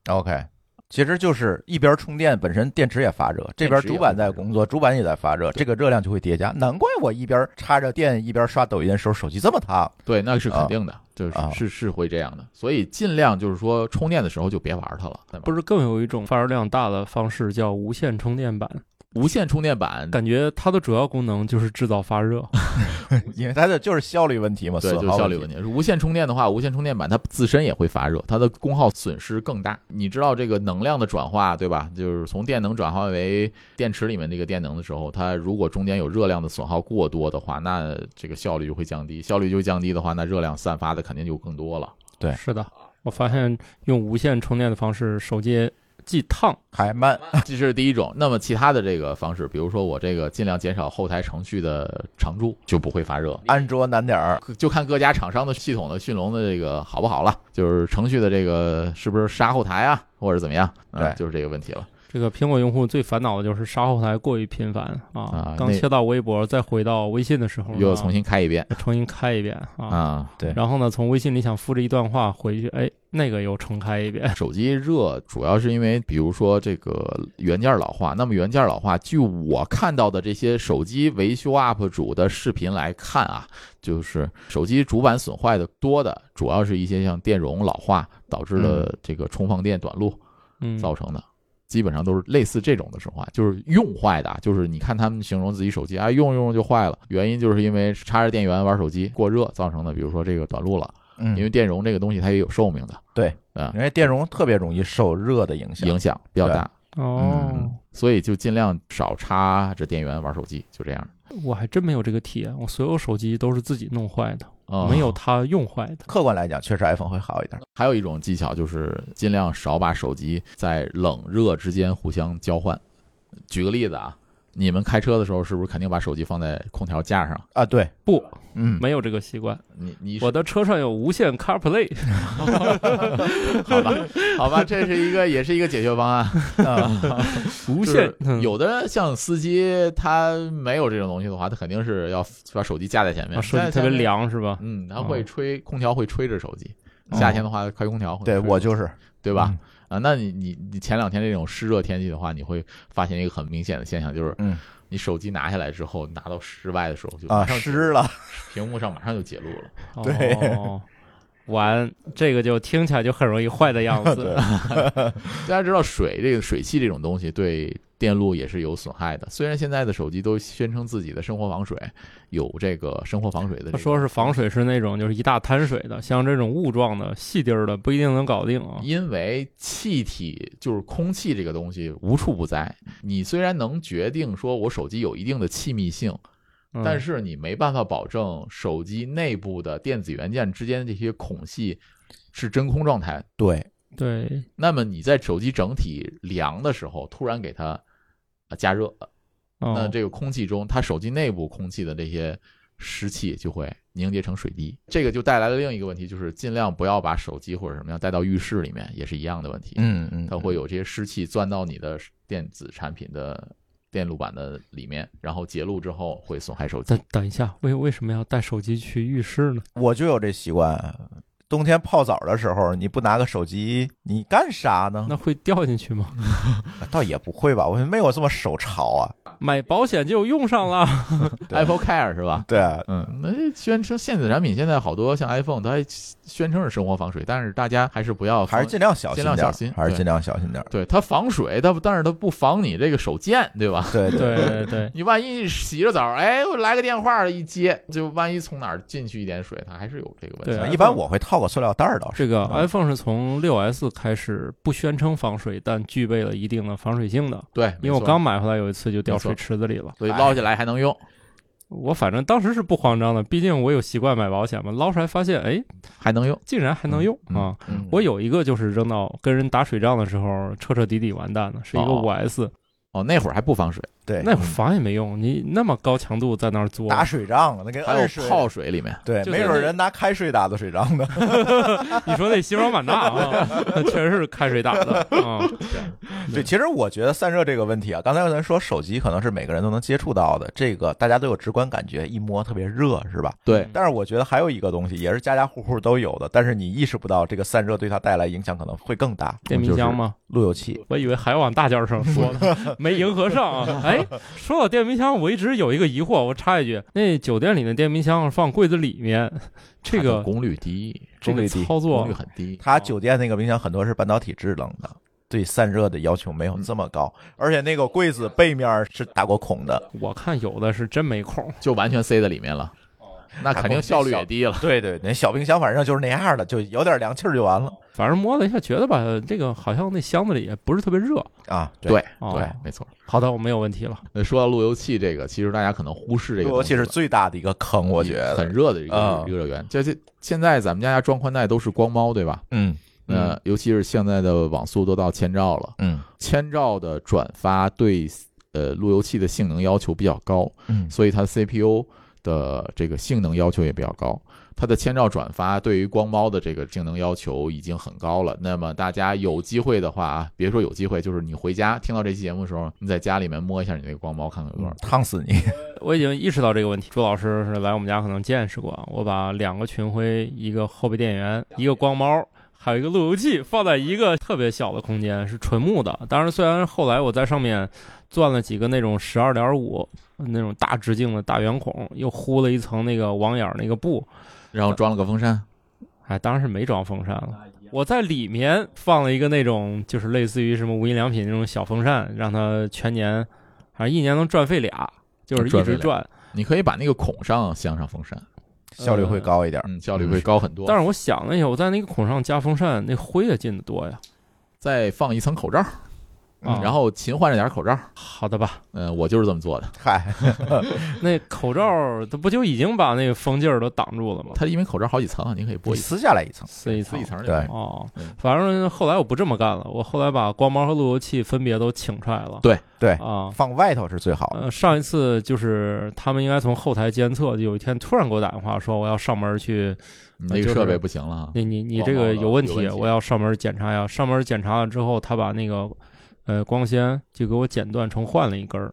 [SPEAKER 1] OK，其实就是一边充电，本身电池也发热，这边主板在工作，主板也在发热，这个热量就会叠加。难怪我一边插着电一边刷抖音的时候手机这么烫。
[SPEAKER 2] 对，那是肯定的，就是
[SPEAKER 1] 啊
[SPEAKER 2] 是是会这样的。所以尽量就是说充电的时候就别玩它了，对吧
[SPEAKER 3] 不是更有一种发热量大的方式叫无线充电板？
[SPEAKER 2] 无线充电板。
[SPEAKER 3] 感觉它的主要功能就是制造发热。
[SPEAKER 1] 因为它的就是效率问题嘛，
[SPEAKER 2] 对，
[SPEAKER 1] 损
[SPEAKER 2] 就是
[SPEAKER 1] 耗
[SPEAKER 2] 效率问
[SPEAKER 1] 题。
[SPEAKER 2] 题。无线充电的话，无线充电板它自身也会发热，它的功耗损失更大。你知道这个能量的转化，对吧？就是从电能转化为电池里面这个电能的时候，它如果中间有热量的损耗过多的话，那这个效率就会降低。效率就降低的话，那热量散发的肯定就更多了。
[SPEAKER 1] 对
[SPEAKER 3] 是的，我发现用无线充电的方式，手机既烫，
[SPEAKER 1] 还慢，
[SPEAKER 2] 这是第一种。那么其他的这个方式，比如说我这个尽量减少后台程序的常驻，就不会发热。
[SPEAKER 1] 安卓难点儿。
[SPEAKER 2] 就看各家厂商的系统的迅龙的这个好不好了，就是程序的这个是不是杀后台啊，或者怎么样，啊
[SPEAKER 1] 对
[SPEAKER 2] 就是这个问题了。
[SPEAKER 3] 这个苹果用户最烦恼的就是杀后台过于频繁啊
[SPEAKER 2] 啊！
[SPEAKER 3] 刚
[SPEAKER 2] 那
[SPEAKER 3] 切到微博，再回到微信的时候呢，
[SPEAKER 2] 又重新开一遍
[SPEAKER 3] 重新开一遍啊。
[SPEAKER 2] 啊。
[SPEAKER 1] 对
[SPEAKER 3] 然后呢，从微信里想复制一段话回去，哎，那个又重开 一遍。
[SPEAKER 2] 手机热主要啊是因为，比如说这个元件老化。那么元件老化，据我看到的这些手机维修 UP 主的视频来看啊，就是手机主板损坏的多的，主要是一些像电容老化导致了这个充放电短路。
[SPEAKER 3] 嗯，
[SPEAKER 2] 造成的，基本上都是类似这种的损坏，就是用坏的啊，就是你看他们形容自己手机，哎，用着用着就坏了，原因就是因为插着电源玩手机过热造成的，比如说这个短路了，
[SPEAKER 1] 嗯，
[SPEAKER 2] 因为电容这个东西它也有寿命的，
[SPEAKER 1] 对，
[SPEAKER 2] 啊、
[SPEAKER 1] 因为电容特别容易受热的影响。
[SPEAKER 2] 影响比较大，
[SPEAKER 3] 哦
[SPEAKER 1] 嗯，
[SPEAKER 2] 所以就尽量少插着电源玩手机，就这样。
[SPEAKER 3] 我还真没有这个体验，我所有手机都是自己弄坏的，
[SPEAKER 2] 啊、
[SPEAKER 3] 没有它用坏的。
[SPEAKER 1] 客观来讲，确实 iPhone 会好一点。
[SPEAKER 2] 还有一种技巧就是尽量少把手机在冷热之间互相交换。举个例子啊，你们开车的时候是不是肯定把手机放在空调架上？
[SPEAKER 1] 啊，对，
[SPEAKER 3] 不，
[SPEAKER 1] 嗯，
[SPEAKER 3] 没有这个习惯。
[SPEAKER 2] 你你是
[SPEAKER 3] 我的车上有无线 CarPlay，
[SPEAKER 2] 好 吧，好吧，这是一个也是一个解决方案。
[SPEAKER 1] 啊
[SPEAKER 3] 无
[SPEAKER 2] 不
[SPEAKER 3] 线嗯
[SPEAKER 2] 有的像司机他没有这种东西的话，他肯定是要把手机架在前面，
[SPEAKER 3] 啊手机特别。凉是吧？
[SPEAKER 2] 嗯，他
[SPEAKER 3] 哦
[SPEAKER 2] 会吹空调，会吹着手机。
[SPEAKER 1] 哦
[SPEAKER 2] 夏天的话，开空调会吹
[SPEAKER 1] 对
[SPEAKER 2] 着。
[SPEAKER 1] 我就是嗯
[SPEAKER 2] 对吧？啊，那你你你前两天这种湿热天气的话，你会发现一个很明显的现象，就是
[SPEAKER 1] 嗯
[SPEAKER 2] 你手机拿下来之后，拿到室外的时候就
[SPEAKER 1] 啊
[SPEAKER 2] 马上解
[SPEAKER 1] 湿，了，
[SPEAKER 2] 屏幕上马上就解露了。
[SPEAKER 1] 对
[SPEAKER 3] 哦，完这个就听起来就很容易坏的样子
[SPEAKER 1] 对。
[SPEAKER 2] 大家知道水这个水汽这种东西对电路也是有损害的。虽然现在的手机都宣称自己的生活防水，有这个生活防水的、这
[SPEAKER 3] 他
[SPEAKER 2] 个，
[SPEAKER 3] 说是防水是那种就是一大滩水的，像这种雾状的细滴儿的不一定能搞定啊。
[SPEAKER 2] 因为气体就是空气这个东西无处不在。你虽然能决定说我手机有一定的气密性，
[SPEAKER 3] 嗯
[SPEAKER 2] 但是你没办法保证手机内部的电子元件之间的这些孔隙是真空状态。
[SPEAKER 1] 对，
[SPEAKER 3] 对，
[SPEAKER 2] 那么你在手机整体凉的时候，突然给它呃加热，
[SPEAKER 3] 哦
[SPEAKER 2] 那这个空气中，它手机内部空气的这些湿气就会凝结成水滴。这个就带来了另一个问题，就是尽量不要把手机或者什么样带到浴室里面，也是一样的问题。
[SPEAKER 1] 嗯嗯，
[SPEAKER 2] 它会有这些湿气钻到你的电子产品的电路板的里面，然后截录之后会损害手机
[SPEAKER 3] 等。等一下，为为什么要带手机去浴室呢？
[SPEAKER 1] 我就有这习惯。冬天泡澡的时候，你不拿个手机，你干啥呢？啊
[SPEAKER 3] 那会掉进去吗？
[SPEAKER 1] 倒也不会吧，我没有这么手潮啊。
[SPEAKER 3] 买保险就用上了，
[SPEAKER 1] 对
[SPEAKER 2] Apple Care 是吧？
[SPEAKER 1] 对啊，
[SPEAKER 2] 嗯，那宣称电子产品现在好多像 iPhone，它还宣称是生活防水，但是大家还是不要
[SPEAKER 1] 还
[SPEAKER 2] 防，
[SPEAKER 1] 是尽量小心
[SPEAKER 2] 尽量
[SPEAKER 1] 点
[SPEAKER 2] 小
[SPEAKER 1] 儿，
[SPEAKER 2] 心
[SPEAKER 1] 还是
[SPEAKER 2] 对
[SPEAKER 1] 尽量小心点儿。
[SPEAKER 2] 对它防水，它但是它不防你这个手贱，对吧？
[SPEAKER 1] 对
[SPEAKER 3] 对对对，
[SPEAKER 2] 你万一洗着澡，哎，我来个电话一接，就万一从哪儿进去一点水，它还是有这个问题。
[SPEAKER 3] 对啊
[SPEAKER 1] 一般我会套个塑料袋儿，倒是
[SPEAKER 3] 这个
[SPEAKER 1] 啊
[SPEAKER 3] iPhone 是从六 S 开始不宣称防水，但具备了一定的防水性的。
[SPEAKER 2] 对，
[SPEAKER 3] 因为
[SPEAKER 2] 没
[SPEAKER 3] 我
[SPEAKER 2] 错
[SPEAKER 3] 刚买回来有一次就掉水
[SPEAKER 2] 没
[SPEAKER 3] 池子里了，
[SPEAKER 2] 所以捞起来还能用。
[SPEAKER 3] 我反正当时是不慌张的，毕竟我有习惯买保险嘛。捞出来发现，哎，
[SPEAKER 2] 还能用。
[SPEAKER 3] 竟然还能用
[SPEAKER 2] 嗯
[SPEAKER 3] 啊！
[SPEAKER 1] 嗯
[SPEAKER 3] 我有一个就是扔到跟人打水仗的时候，彻彻底底完蛋了，是一个
[SPEAKER 2] 哦哎
[SPEAKER 3] 五 S，
[SPEAKER 2] 哦，那会儿还不防水，
[SPEAKER 1] 对
[SPEAKER 3] 那会儿防也没用，你那么高强度在那儿做，
[SPEAKER 1] 打水仗了，那跟
[SPEAKER 2] 还有
[SPEAKER 1] 摁水
[SPEAKER 2] 泡水里面。
[SPEAKER 1] 对，
[SPEAKER 3] 就
[SPEAKER 1] 没
[SPEAKER 3] 在
[SPEAKER 1] 准
[SPEAKER 3] 那
[SPEAKER 1] 人拿开水打的水仗呢。
[SPEAKER 3] 你说那西双版纳啊， 确实是开水打的啊，
[SPEAKER 1] 对，其实我觉得散热这个问题啊，刚才有人说手机可能是每个人都能接触到的，这个大家都有直观感觉，一摸特别热，是吧？
[SPEAKER 2] 对，
[SPEAKER 3] 嗯
[SPEAKER 1] 但是我觉得还有一个东西，也是家家户户都有的，但是你意识不到这个散热对它带来影响可能会更大。
[SPEAKER 3] 电冰箱吗？
[SPEAKER 1] 路由
[SPEAKER 2] 嗯
[SPEAKER 1] 器，
[SPEAKER 3] 我以为还往大件儿上说 呢，没迎合上啊。哎，说到电冰箱，我一直有一个疑惑，我插一句，那酒店里的电冰箱放柜子里面，这
[SPEAKER 2] 它的
[SPEAKER 3] 个
[SPEAKER 2] 功率低，
[SPEAKER 3] 这个操作
[SPEAKER 2] 功率很低。
[SPEAKER 1] 它酒店那个冰箱很多是半导体制冷的。对散热的要求没有
[SPEAKER 2] 嗯
[SPEAKER 1] 这么高，而且那个柜子背面是打过孔的。
[SPEAKER 3] 我看有的是真没空。
[SPEAKER 2] 就完全塞在里面了，
[SPEAKER 1] 哦
[SPEAKER 2] 那肯定效率也低了。
[SPEAKER 1] 对对，那小冰箱反正就是那样的，就有点凉气儿就完了
[SPEAKER 3] 反正摸了一下，觉得吧，这个好像那箱子里也不是特别热。
[SPEAKER 1] 啊。
[SPEAKER 2] 对
[SPEAKER 3] 哦、
[SPEAKER 2] 对，没错。
[SPEAKER 3] 好的，我没有问题了。
[SPEAKER 2] 那说到路由器这个，其实大家可能忽视这
[SPEAKER 1] 路
[SPEAKER 2] 个东
[SPEAKER 1] 由
[SPEAKER 2] 西
[SPEAKER 1] 器
[SPEAKER 2] 了，
[SPEAKER 1] 是最大的一个坑，我觉
[SPEAKER 2] 很
[SPEAKER 1] 得。
[SPEAKER 2] 热的一个
[SPEAKER 1] 嗯
[SPEAKER 2] 一个热源。这这现在咱们家家装宽带都是光猫，对吧？
[SPEAKER 1] 嗯
[SPEAKER 2] 那尤其是现在的网速都到千兆了，
[SPEAKER 1] 嗯
[SPEAKER 2] 千兆的转发对呃路由器的性能要求比较高，
[SPEAKER 1] 嗯
[SPEAKER 2] 所以它 CPU 的这个性能要求也比较高。它的千兆转发对于光猫的这个性能要求已经很高了。那么大家有机会的话啊，别说有机会，就是你回家听到这期节目的时候，你在家里面摸一下你那个光猫，看看有多少
[SPEAKER 1] 嗯，。烫死你！
[SPEAKER 3] 我已经意识到这个问题。朱老师是来我们家可能见识过，我把两个群晖、一个后备电源、一个光猫。还有一个路由器放在一个特别小的空间，是纯木的。当然，虽然后来我在上面钻了几个那种十二点五那种大直径的大圆孔，又糊了一层那个网眼儿那个布，
[SPEAKER 2] 然后装了个风扇，
[SPEAKER 3] 哎，当然是没装风扇了。我在里面放了一个那种，就是类似于什么无印良品那种小风扇，让它全年，反正一年能转废俩，就是一
[SPEAKER 2] 啊转废
[SPEAKER 3] 直
[SPEAKER 2] 俩
[SPEAKER 3] 转。
[SPEAKER 2] 你可以把那个孔上镶上风扇，
[SPEAKER 1] 效率会高一点。
[SPEAKER 2] 嗯，效率会高很多。
[SPEAKER 3] 但是我想了一下，我在那个孔上加风扇，那灰也进的多呀。
[SPEAKER 2] 再放一层口罩，
[SPEAKER 3] 啊、
[SPEAKER 2] 嗯然后勤换着点口罩。
[SPEAKER 3] 好的吧，
[SPEAKER 2] 嗯，我就是这么做的。
[SPEAKER 1] 嗨，
[SPEAKER 3] 那口罩儿它不就已经把那个风劲儿都挡住了吗？
[SPEAKER 2] 它因为口罩好几层啊，你可以剥
[SPEAKER 1] 我
[SPEAKER 2] 一层，
[SPEAKER 1] 撕下来一层。
[SPEAKER 3] 撕一
[SPEAKER 2] 撕
[SPEAKER 3] 层
[SPEAKER 2] 一。层就
[SPEAKER 1] 对
[SPEAKER 2] 可以
[SPEAKER 3] 哦
[SPEAKER 2] 嗯，
[SPEAKER 3] 反正后来我不这么干了，我后来把光猫和路由器分别都请出来了。
[SPEAKER 2] 对
[SPEAKER 1] 对
[SPEAKER 3] 啊，
[SPEAKER 1] 放外头是最好的。
[SPEAKER 3] 呃，上一次就是他们应该从后台监测，有一天突然给我打电话说我要上门去，
[SPEAKER 2] 你嗯那
[SPEAKER 3] 就
[SPEAKER 2] 个
[SPEAKER 3] 是
[SPEAKER 2] 设备不行了啊。
[SPEAKER 3] 你你你
[SPEAKER 2] 光
[SPEAKER 3] 这
[SPEAKER 2] 猫
[SPEAKER 3] 个
[SPEAKER 2] 的
[SPEAKER 3] 有问
[SPEAKER 2] 有
[SPEAKER 3] 题，
[SPEAKER 2] 问题
[SPEAKER 3] 我要上门检查呀。上门检查了之后，他把那个呃光纤就给我剪断重换了一根儿。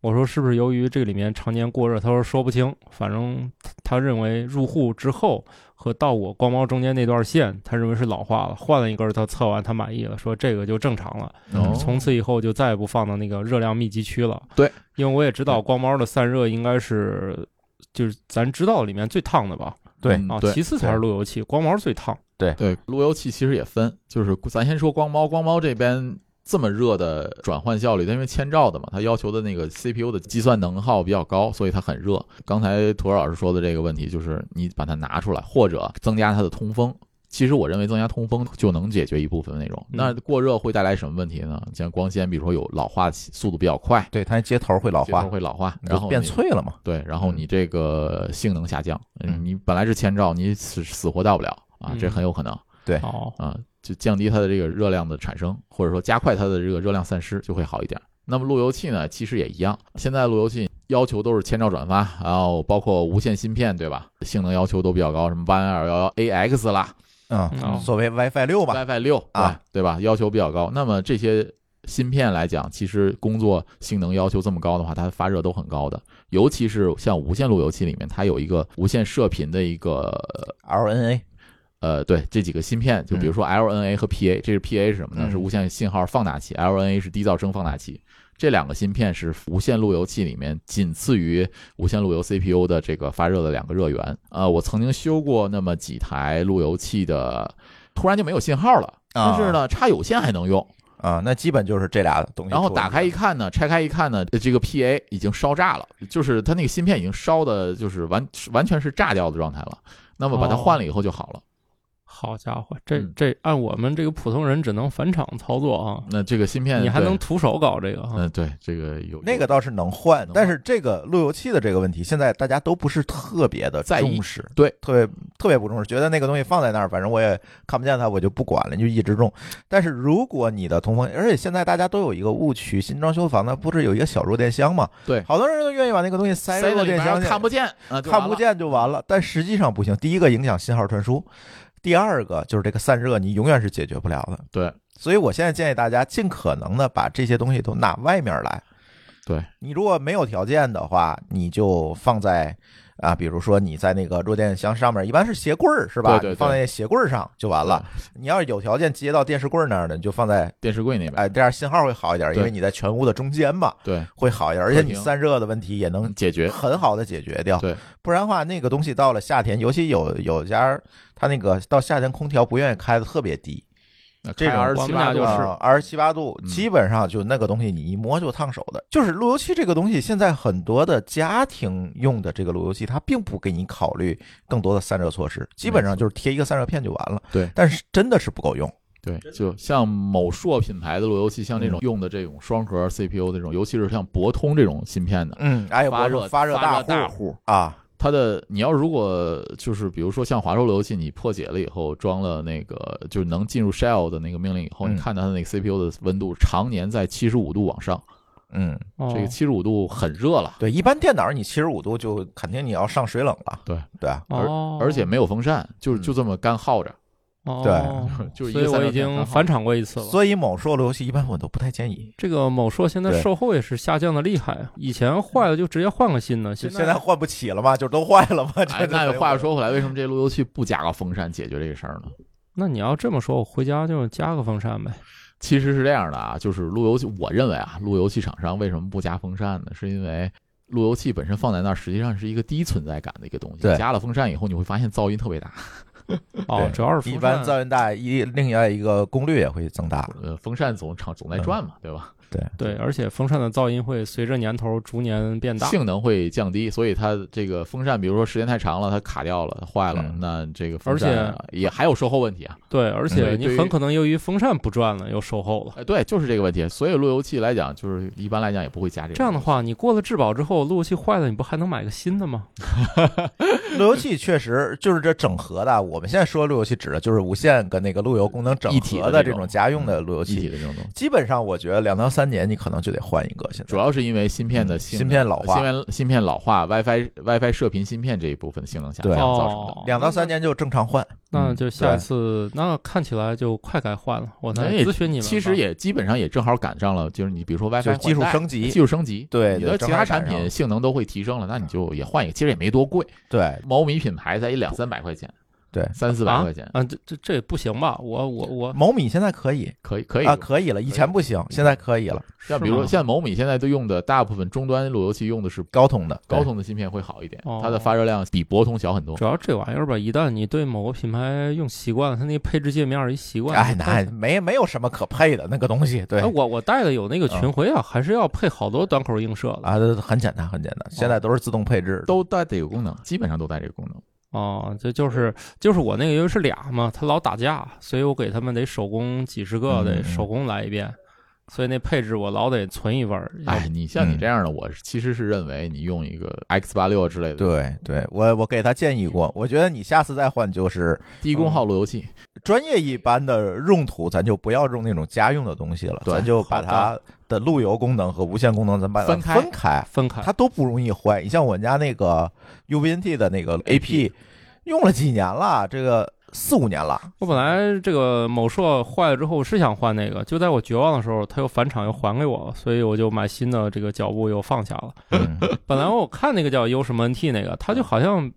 [SPEAKER 3] 我说是不是由于这里面常年过热？他说说不清，反正他他认为入户之后和到我光猫中间那段线，他认为是老化了，换了一根儿，他测完他满意了，说这个就正常了。
[SPEAKER 1] 哦
[SPEAKER 3] 从此以后就再也不放到那个热量密集区了。
[SPEAKER 2] 对，
[SPEAKER 3] 因为我也知道光猫的散热应该是，就是咱知道里面最烫的吧？
[SPEAKER 1] 对
[SPEAKER 2] 嗯
[SPEAKER 3] 啊，
[SPEAKER 2] 对
[SPEAKER 3] 其次才是路由器，光猫最烫。
[SPEAKER 2] 对，路由器其实也分，就是咱先说光猫，光猫这边这么热的转换效率，它因为千兆的嘛，它要求的那个 CPU 的计算能耗比较高，所以它很热。刚才图尔老师说的这个问题，就是你把它拿出来，或者增加它的通风。其实我认为增加通风就能解决一部分内容。
[SPEAKER 3] 嗯
[SPEAKER 2] 那过热会带来什么问题呢？像光纤，比如说有老化速度比较快，
[SPEAKER 1] 对，它那接头会老
[SPEAKER 2] 接头
[SPEAKER 1] 化，
[SPEAKER 2] 会老化，
[SPEAKER 1] 你就
[SPEAKER 2] 然后
[SPEAKER 1] 变
[SPEAKER 2] 你
[SPEAKER 1] 脆了嘛。
[SPEAKER 2] 对，然后你这个性能下降，
[SPEAKER 1] 嗯
[SPEAKER 2] 你本来是千兆，你死死活到不了啊，这
[SPEAKER 3] 嗯
[SPEAKER 2] 很有可能。
[SPEAKER 1] 对
[SPEAKER 3] 哦，
[SPEAKER 2] 啊，就降低它的这个热量的产生，或者说加快它的这个热量散失，就会好一点。那么路由器呢，其实也一样。现在路由器要求都是千兆转发，然后包括无线芯片，对吧？性能要求都比较高，什么八幺幺幺 AX 啦
[SPEAKER 1] 嗯，
[SPEAKER 3] 嗯
[SPEAKER 1] 所谓 WiFi 六吧，
[SPEAKER 2] ，WiFi 六
[SPEAKER 1] 啊，
[SPEAKER 2] 对吧？要求比较高。那么这些芯片来讲，其实工作性能要求这么高的话，它发热都很高的。尤其是像无线路由器里面，它有一个无线射频的一个
[SPEAKER 1] RNA
[SPEAKER 2] 呃，对这几个芯片，就比如说 LNA 和 PA，、这是 PA 是什么呢？
[SPEAKER 1] 嗯
[SPEAKER 2] 是无线信号放大器，LNA 是低噪声放大器。这两个芯片是无线路由器里面仅次于无线路由 CPU 的这个发热的两个热源。呃，我曾经修过那么几台路由器的，突然就没有信号了，但嗯是呢，插有线还能用。
[SPEAKER 1] 啊，那基本就是这俩东西出问题了。
[SPEAKER 2] 然后打开一看呢，拆开一看呢，这个 PA 已经烧炸了，就是它那个芯片已经烧的，就是完完全是炸掉的状态了。那么把它
[SPEAKER 3] 哦
[SPEAKER 2] 换了以后就好了。
[SPEAKER 3] 好家伙，这
[SPEAKER 2] 嗯
[SPEAKER 3] 这按我们这个普通人只能返场操作啊，
[SPEAKER 2] 那这个芯片
[SPEAKER 3] 你还
[SPEAKER 2] 对
[SPEAKER 3] 能徒手搞这个啊？
[SPEAKER 2] 嗯，对，这个有
[SPEAKER 1] 那个倒是能换
[SPEAKER 2] 能，换
[SPEAKER 1] 但是这个路由器的这个问题，现在大家都不是特别的
[SPEAKER 2] 在意
[SPEAKER 1] 重视，
[SPEAKER 2] 对，
[SPEAKER 1] 特别特别不重视，觉得那个东西放在那儿，反正我也看不见它，我就不管了，你就一直用。但是如果你的通风，而且现在大家都有一个误区，新装修房呢不是有一个小弱电箱嘛？
[SPEAKER 2] 对
[SPEAKER 1] 好多人都愿意把那个东西塞
[SPEAKER 2] 塞
[SPEAKER 1] 到
[SPEAKER 2] 到
[SPEAKER 1] 弱
[SPEAKER 2] 里面
[SPEAKER 1] 电箱去，
[SPEAKER 2] 看不见啊，就
[SPEAKER 1] 看
[SPEAKER 2] 完
[SPEAKER 1] 不
[SPEAKER 2] 了。
[SPEAKER 1] 见就完了。但实际上不行，第一个影响信号传输，第二个就是这个散热你永远是解决不了的。
[SPEAKER 2] 对，
[SPEAKER 1] 所以我现在建议大家尽可能的把这些东西都拿外面来。
[SPEAKER 2] 对
[SPEAKER 1] 你如果没有条件的话，你就放在啊，比如说你在那个弱电箱上面，一般是鞋柜儿是吧？
[SPEAKER 2] 对对对
[SPEAKER 1] 你放在鞋柜儿上就完了。你要是有条件接到电视柜儿那儿的，你就放在
[SPEAKER 2] 电视柜那边，
[SPEAKER 1] 哎，这样信号会好一点，
[SPEAKER 2] 对
[SPEAKER 1] 因为你在全屋的中间嘛，
[SPEAKER 2] 对，
[SPEAKER 1] 会好一点，而且你
[SPEAKER 2] 客厅
[SPEAKER 1] 散热的问题也能
[SPEAKER 2] 解决
[SPEAKER 1] 很好的解决掉。
[SPEAKER 2] 对，
[SPEAKER 1] 不然的话，那个东西到了夏天，尤其有有家儿他那个到夏天空调不愿意开的特别低，这种
[SPEAKER 2] 二十
[SPEAKER 3] 我
[SPEAKER 2] 七
[SPEAKER 3] 们
[SPEAKER 2] 八
[SPEAKER 3] 俩
[SPEAKER 2] 就
[SPEAKER 3] 就是是
[SPEAKER 1] 二十七八度，
[SPEAKER 2] 嗯
[SPEAKER 1] 基本上就那个东西你一摸就烫手的。就是路由器这个东西，现在很多的家庭用的这个路由器，它并不给你考虑更多的散热措施，基本上就是贴一个散热片就完了。
[SPEAKER 2] 对
[SPEAKER 1] 但是真的是不嗯够用。
[SPEAKER 2] 对，就像某硕品牌的路由器，像这种用的这种双核 CPU 这种，尤其是像博通这种芯片的，
[SPEAKER 1] 嗯，哎，
[SPEAKER 2] 发
[SPEAKER 1] 我
[SPEAKER 2] 热
[SPEAKER 1] 说
[SPEAKER 2] 发
[SPEAKER 1] 发热
[SPEAKER 2] 大
[SPEAKER 1] 大
[SPEAKER 2] 户。
[SPEAKER 1] 啊，
[SPEAKER 2] 它的你要如果就是比如说像华硕路由器，你破解了以后装了那个就是能进入 shell 的那个命令以后，
[SPEAKER 1] 嗯
[SPEAKER 2] 你看它的那个 CPU 的温度常年在七十五度往上，
[SPEAKER 1] 嗯，
[SPEAKER 2] 这个
[SPEAKER 3] 哦
[SPEAKER 2] 七十五度很热了，
[SPEAKER 1] 对，一般电脑你七十五度就肯定你要上水冷了。
[SPEAKER 2] 对
[SPEAKER 1] 对啊，
[SPEAKER 3] 哦，
[SPEAKER 2] 而且没有风扇，就就这么干耗着，
[SPEAKER 3] 哦
[SPEAKER 2] 就一个
[SPEAKER 3] 所以
[SPEAKER 2] 散
[SPEAKER 3] 我
[SPEAKER 2] 热片干
[SPEAKER 3] 已经
[SPEAKER 2] 耗着
[SPEAKER 3] 返场过一次了。
[SPEAKER 1] 所以某硕路由器一般我都不太建议。
[SPEAKER 3] 这个某硕现在
[SPEAKER 1] 对
[SPEAKER 3] 售后也是下降的厉害，啊以前坏了就直接换个新的，
[SPEAKER 1] 就
[SPEAKER 3] 现
[SPEAKER 1] 现在换不起了嘛，就都坏了嘛。这，
[SPEAKER 2] 哎那话又，说回来，为什么这路由器不加个风扇解决这个事儿呢？
[SPEAKER 3] 那你要这么说，我回家就加个风扇呗。
[SPEAKER 2] 其实是这样的啊，就是路由器，我认为啊，路由器厂商为什么不加风扇呢？是因为路由器本身放在那儿，实际上是一个低存在感的一个东西。
[SPEAKER 1] 对
[SPEAKER 2] 加了风扇以后，你会发现噪音特别大。
[SPEAKER 3] 哦
[SPEAKER 1] 对，
[SPEAKER 3] 主要是
[SPEAKER 1] 一
[SPEAKER 3] 风
[SPEAKER 1] 般
[SPEAKER 3] 扇
[SPEAKER 1] 噪音大，一另外一个功率也会增 大。
[SPEAKER 2] 呃，风扇总厂总在
[SPEAKER 1] 嗯
[SPEAKER 2] 转嘛，对吧？
[SPEAKER 3] 对，而且风扇的噪音会随着年头逐年
[SPEAKER 1] 嗯
[SPEAKER 3] 变大。
[SPEAKER 2] 性能会降低，所以它这个风扇，比如说时间太长了，它卡掉了，它坏了，
[SPEAKER 1] 嗯
[SPEAKER 2] 那这个风扇啊
[SPEAKER 3] 而
[SPEAKER 2] 也还有售后问题啊。
[SPEAKER 3] 对，而且
[SPEAKER 2] 对
[SPEAKER 3] 你
[SPEAKER 2] 对于
[SPEAKER 3] 很可能由于风扇不转了，又售后了。
[SPEAKER 2] 哎，对，就是这个问题。所以路由器来讲，就是一般来讲也不会加这个。
[SPEAKER 3] 这样的，话，你过了质保之后，路由器坏了，你不还能买个新的吗？
[SPEAKER 1] 路由器确实就是这整合的，我们现在说路由器指的就是无线跟那个路由功能整
[SPEAKER 2] 一体的
[SPEAKER 1] 合
[SPEAKER 2] 这
[SPEAKER 1] 这
[SPEAKER 2] 种嗯
[SPEAKER 1] 种家用的路由
[SPEAKER 2] 一体
[SPEAKER 1] 器。
[SPEAKER 2] 的这种东西。
[SPEAKER 1] 基本上我觉得两到三年你可能就得换一个。现在
[SPEAKER 2] 主要是因为芯片的
[SPEAKER 1] 嗯
[SPEAKER 2] 性呃
[SPEAKER 1] 芯片老化
[SPEAKER 2] 芯片芯片老化，WiFi WiFi 射频芯片这一部分性能下降
[SPEAKER 1] 对啊
[SPEAKER 2] 造成的。
[SPEAKER 3] 哦，
[SPEAKER 1] 两到三年就正常换。
[SPEAKER 3] 那，
[SPEAKER 2] 嗯
[SPEAKER 3] 那就下一次，那看起来就快该换了。我再
[SPEAKER 2] 也
[SPEAKER 3] 咨询你们吧。
[SPEAKER 2] 其实也基本上也正好赶上了，就是你比如说 WiFi
[SPEAKER 1] 就是技术
[SPEAKER 2] 换代
[SPEAKER 1] 升级
[SPEAKER 2] 技术升级，
[SPEAKER 1] 对
[SPEAKER 2] 你
[SPEAKER 1] 对
[SPEAKER 2] 的
[SPEAKER 1] 正
[SPEAKER 2] 其
[SPEAKER 1] 好
[SPEAKER 2] 他产
[SPEAKER 1] 赶上
[SPEAKER 2] 品
[SPEAKER 1] 了
[SPEAKER 2] 性能都会提升了，那你就也换一个，其实也没多贵，
[SPEAKER 1] 对
[SPEAKER 2] 某米品牌才一两三百块钱，
[SPEAKER 1] 对
[SPEAKER 2] 三四百块钱
[SPEAKER 3] 啊，这这这不行吧？我我我
[SPEAKER 1] 某米现在可以
[SPEAKER 2] 可以哦可以
[SPEAKER 1] 啊，。可以了，以前不行，现在可以了。
[SPEAKER 2] 像比如说
[SPEAKER 3] 是吗
[SPEAKER 2] 像某米现在都用的大部分终端路由器用的是
[SPEAKER 1] 高通的
[SPEAKER 2] 高，通的芯片会好一点
[SPEAKER 3] 哦，
[SPEAKER 2] 它的发热量比博通小很多
[SPEAKER 3] 主。要这玩意儿吧，一旦你对某个品牌用习惯了，它那配置界面一习
[SPEAKER 1] 对
[SPEAKER 3] 惯，
[SPEAKER 1] 哎，
[SPEAKER 3] 你
[SPEAKER 1] 那
[SPEAKER 3] 戴
[SPEAKER 1] 没没有什么可配的那个东西。对
[SPEAKER 2] 啊
[SPEAKER 3] 哎，我我带的有
[SPEAKER 2] 嗯
[SPEAKER 3] 那个群晖啊，还是要配好多端口映射的。
[SPEAKER 1] 啊，很简单，很简单，现在都是自动配置的。
[SPEAKER 2] 哦都带这个功能，基本上都带这个功能。
[SPEAKER 3] 哦，这就是就是我那个，因为是俩嘛，他老打架，所以我给他们得手工几十个，
[SPEAKER 1] 嗯
[SPEAKER 3] 得手工来一遍，所以那配置我老得存一份儿。要
[SPEAKER 2] 哎，你像你
[SPEAKER 1] 嗯
[SPEAKER 2] 这样的，我是其实是认为你用一个 X 八六之类的
[SPEAKER 1] 对对，我我给他建议过，我觉得你下次再换就是
[SPEAKER 2] 低
[SPEAKER 3] 嗯
[SPEAKER 2] 功耗路由器，
[SPEAKER 1] 专业一般的用途，咱就不要用那种家用的东西了，
[SPEAKER 2] 对
[SPEAKER 1] 咱就把它的路由功能和无线功能咱把它
[SPEAKER 2] 分开嗯
[SPEAKER 1] 分开，
[SPEAKER 3] 分开，
[SPEAKER 1] 它都不容易坏。你像我们家那个 UBNT 的那个 AP，用了几年了，这个四五年了，
[SPEAKER 3] 我本来这个某硕坏了之后，我是想换那个，就在我绝望的时候，它又返厂又还给我了，所以我就买新的这个脚部又放下了。
[SPEAKER 1] 嗯
[SPEAKER 3] 本来我看那个叫优什么 NT 那个，它就好像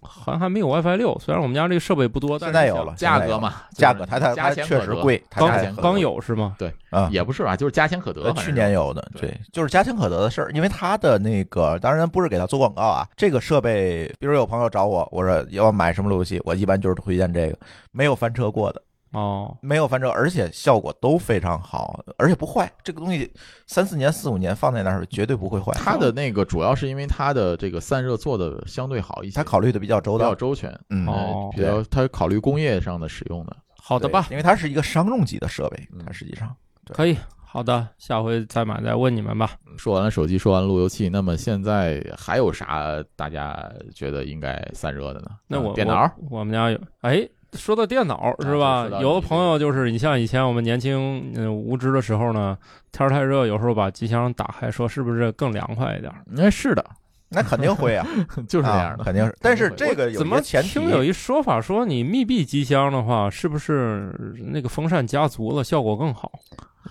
[SPEAKER 3] 好像还没有 WiFi 六，虽然我们家这个设备不多，但
[SPEAKER 1] 现
[SPEAKER 3] 是
[SPEAKER 1] 在有了，
[SPEAKER 2] 价
[SPEAKER 1] 现在有
[SPEAKER 2] 格
[SPEAKER 1] 了。
[SPEAKER 2] 嘛，
[SPEAKER 1] 价格它它
[SPEAKER 2] 加
[SPEAKER 1] 它
[SPEAKER 2] 钱
[SPEAKER 1] 确
[SPEAKER 2] 可
[SPEAKER 1] 实
[SPEAKER 2] 得
[SPEAKER 1] 贵，它
[SPEAKER 2] 刚
[SPEAKER 1] 价钱
[SPEAKER 2] 有
[SPEAKER 1] 很
[SPEAKER 3] 刚
[SPEAKER 1] 贵
[SPEAKER 3] 有是吗？
[SPEAKER 1] 啊，
[SPEAKER 2] 也不是吧，就是加钱可得
[SPEAKER 1] 呃，。
[SPEAKER 2] 反
[SPEAKER 1] 去
[SPEAKER 2] 正
[SPEAKER 1] 年有的，
[SPEAKER 2] 对
[SPEAKER 1] 对，就是家庭可得的事儿。因为它的那个，当然不是给他做广告啊。这个设备，比如有朋友找我，我说要买什么路由器，我一般就是推荐这个，没有翻车过的，
[SPEAKER 3] 哦，
[SPEAKER 1] 没有翻车，而且效果都非常好，而且不坏。这个东西三四年、四五年放在那儿绝对不会坏。
[SPEAKER 2] 它的那个主要是因为它的这个散热做的相对好一些，
[SPEAKER 1] 它考虑的比较周
[SPEAKER 2] 比较
[SPEAKER 1] 到，
[SPEAKER 2] 周全，
[SPEAKER 1] 嗯，
[SPEAKER 3] 哦
[SPEAKER 2] 呃比较它考虑工业上的使用的。
[SPEAKER 3] 好的吧
[SPEAKER 1] 对，因为它是一个商用级的设备，它
[SPEAKER 2] 嗯
[SPEAKER 1] 实际上
[SPEAKER 3] 可以，好的，下回再买再问你们吧。
[SPEAKER 2] 说完了手机，说完了路由器，那么现在还有啥大家觉得应该散热的呢？
[SPEAKER 3] 那我
[SPEAKER 2] 啊电脑，
[SPEAKER 3] 我我们家有，哎，说到电脑是吧
[SPEAKER 2] 就说到？你
[SPEAKER 3] 有的朋友就是你像以前我们年轻嗯、无知的时候呢，天儿太热，有时候把机箱打开，说是不是更凉快一点？
[SPEAKER 2] 应该是的，
[SPEAKER 1] 那肯定会啊，
[SPEAKER 2] 就是那
[SPEAKER 1] 啊
[SPEAKER 2] 样的。
[SPEAKER 1] 肯定 是。但是
[SPEAKER 2] 肯定
[SPEAKER 1] 这个有
[SPEAKER 3] 怎
[SPEAKER 1] 一
[SPEAKER 3] 么
[SPEAKER 1] 个前提
[SPEAKER 3] 听，有一说法说你密闭机箱的话，是不是那个风扇加足了效果更好？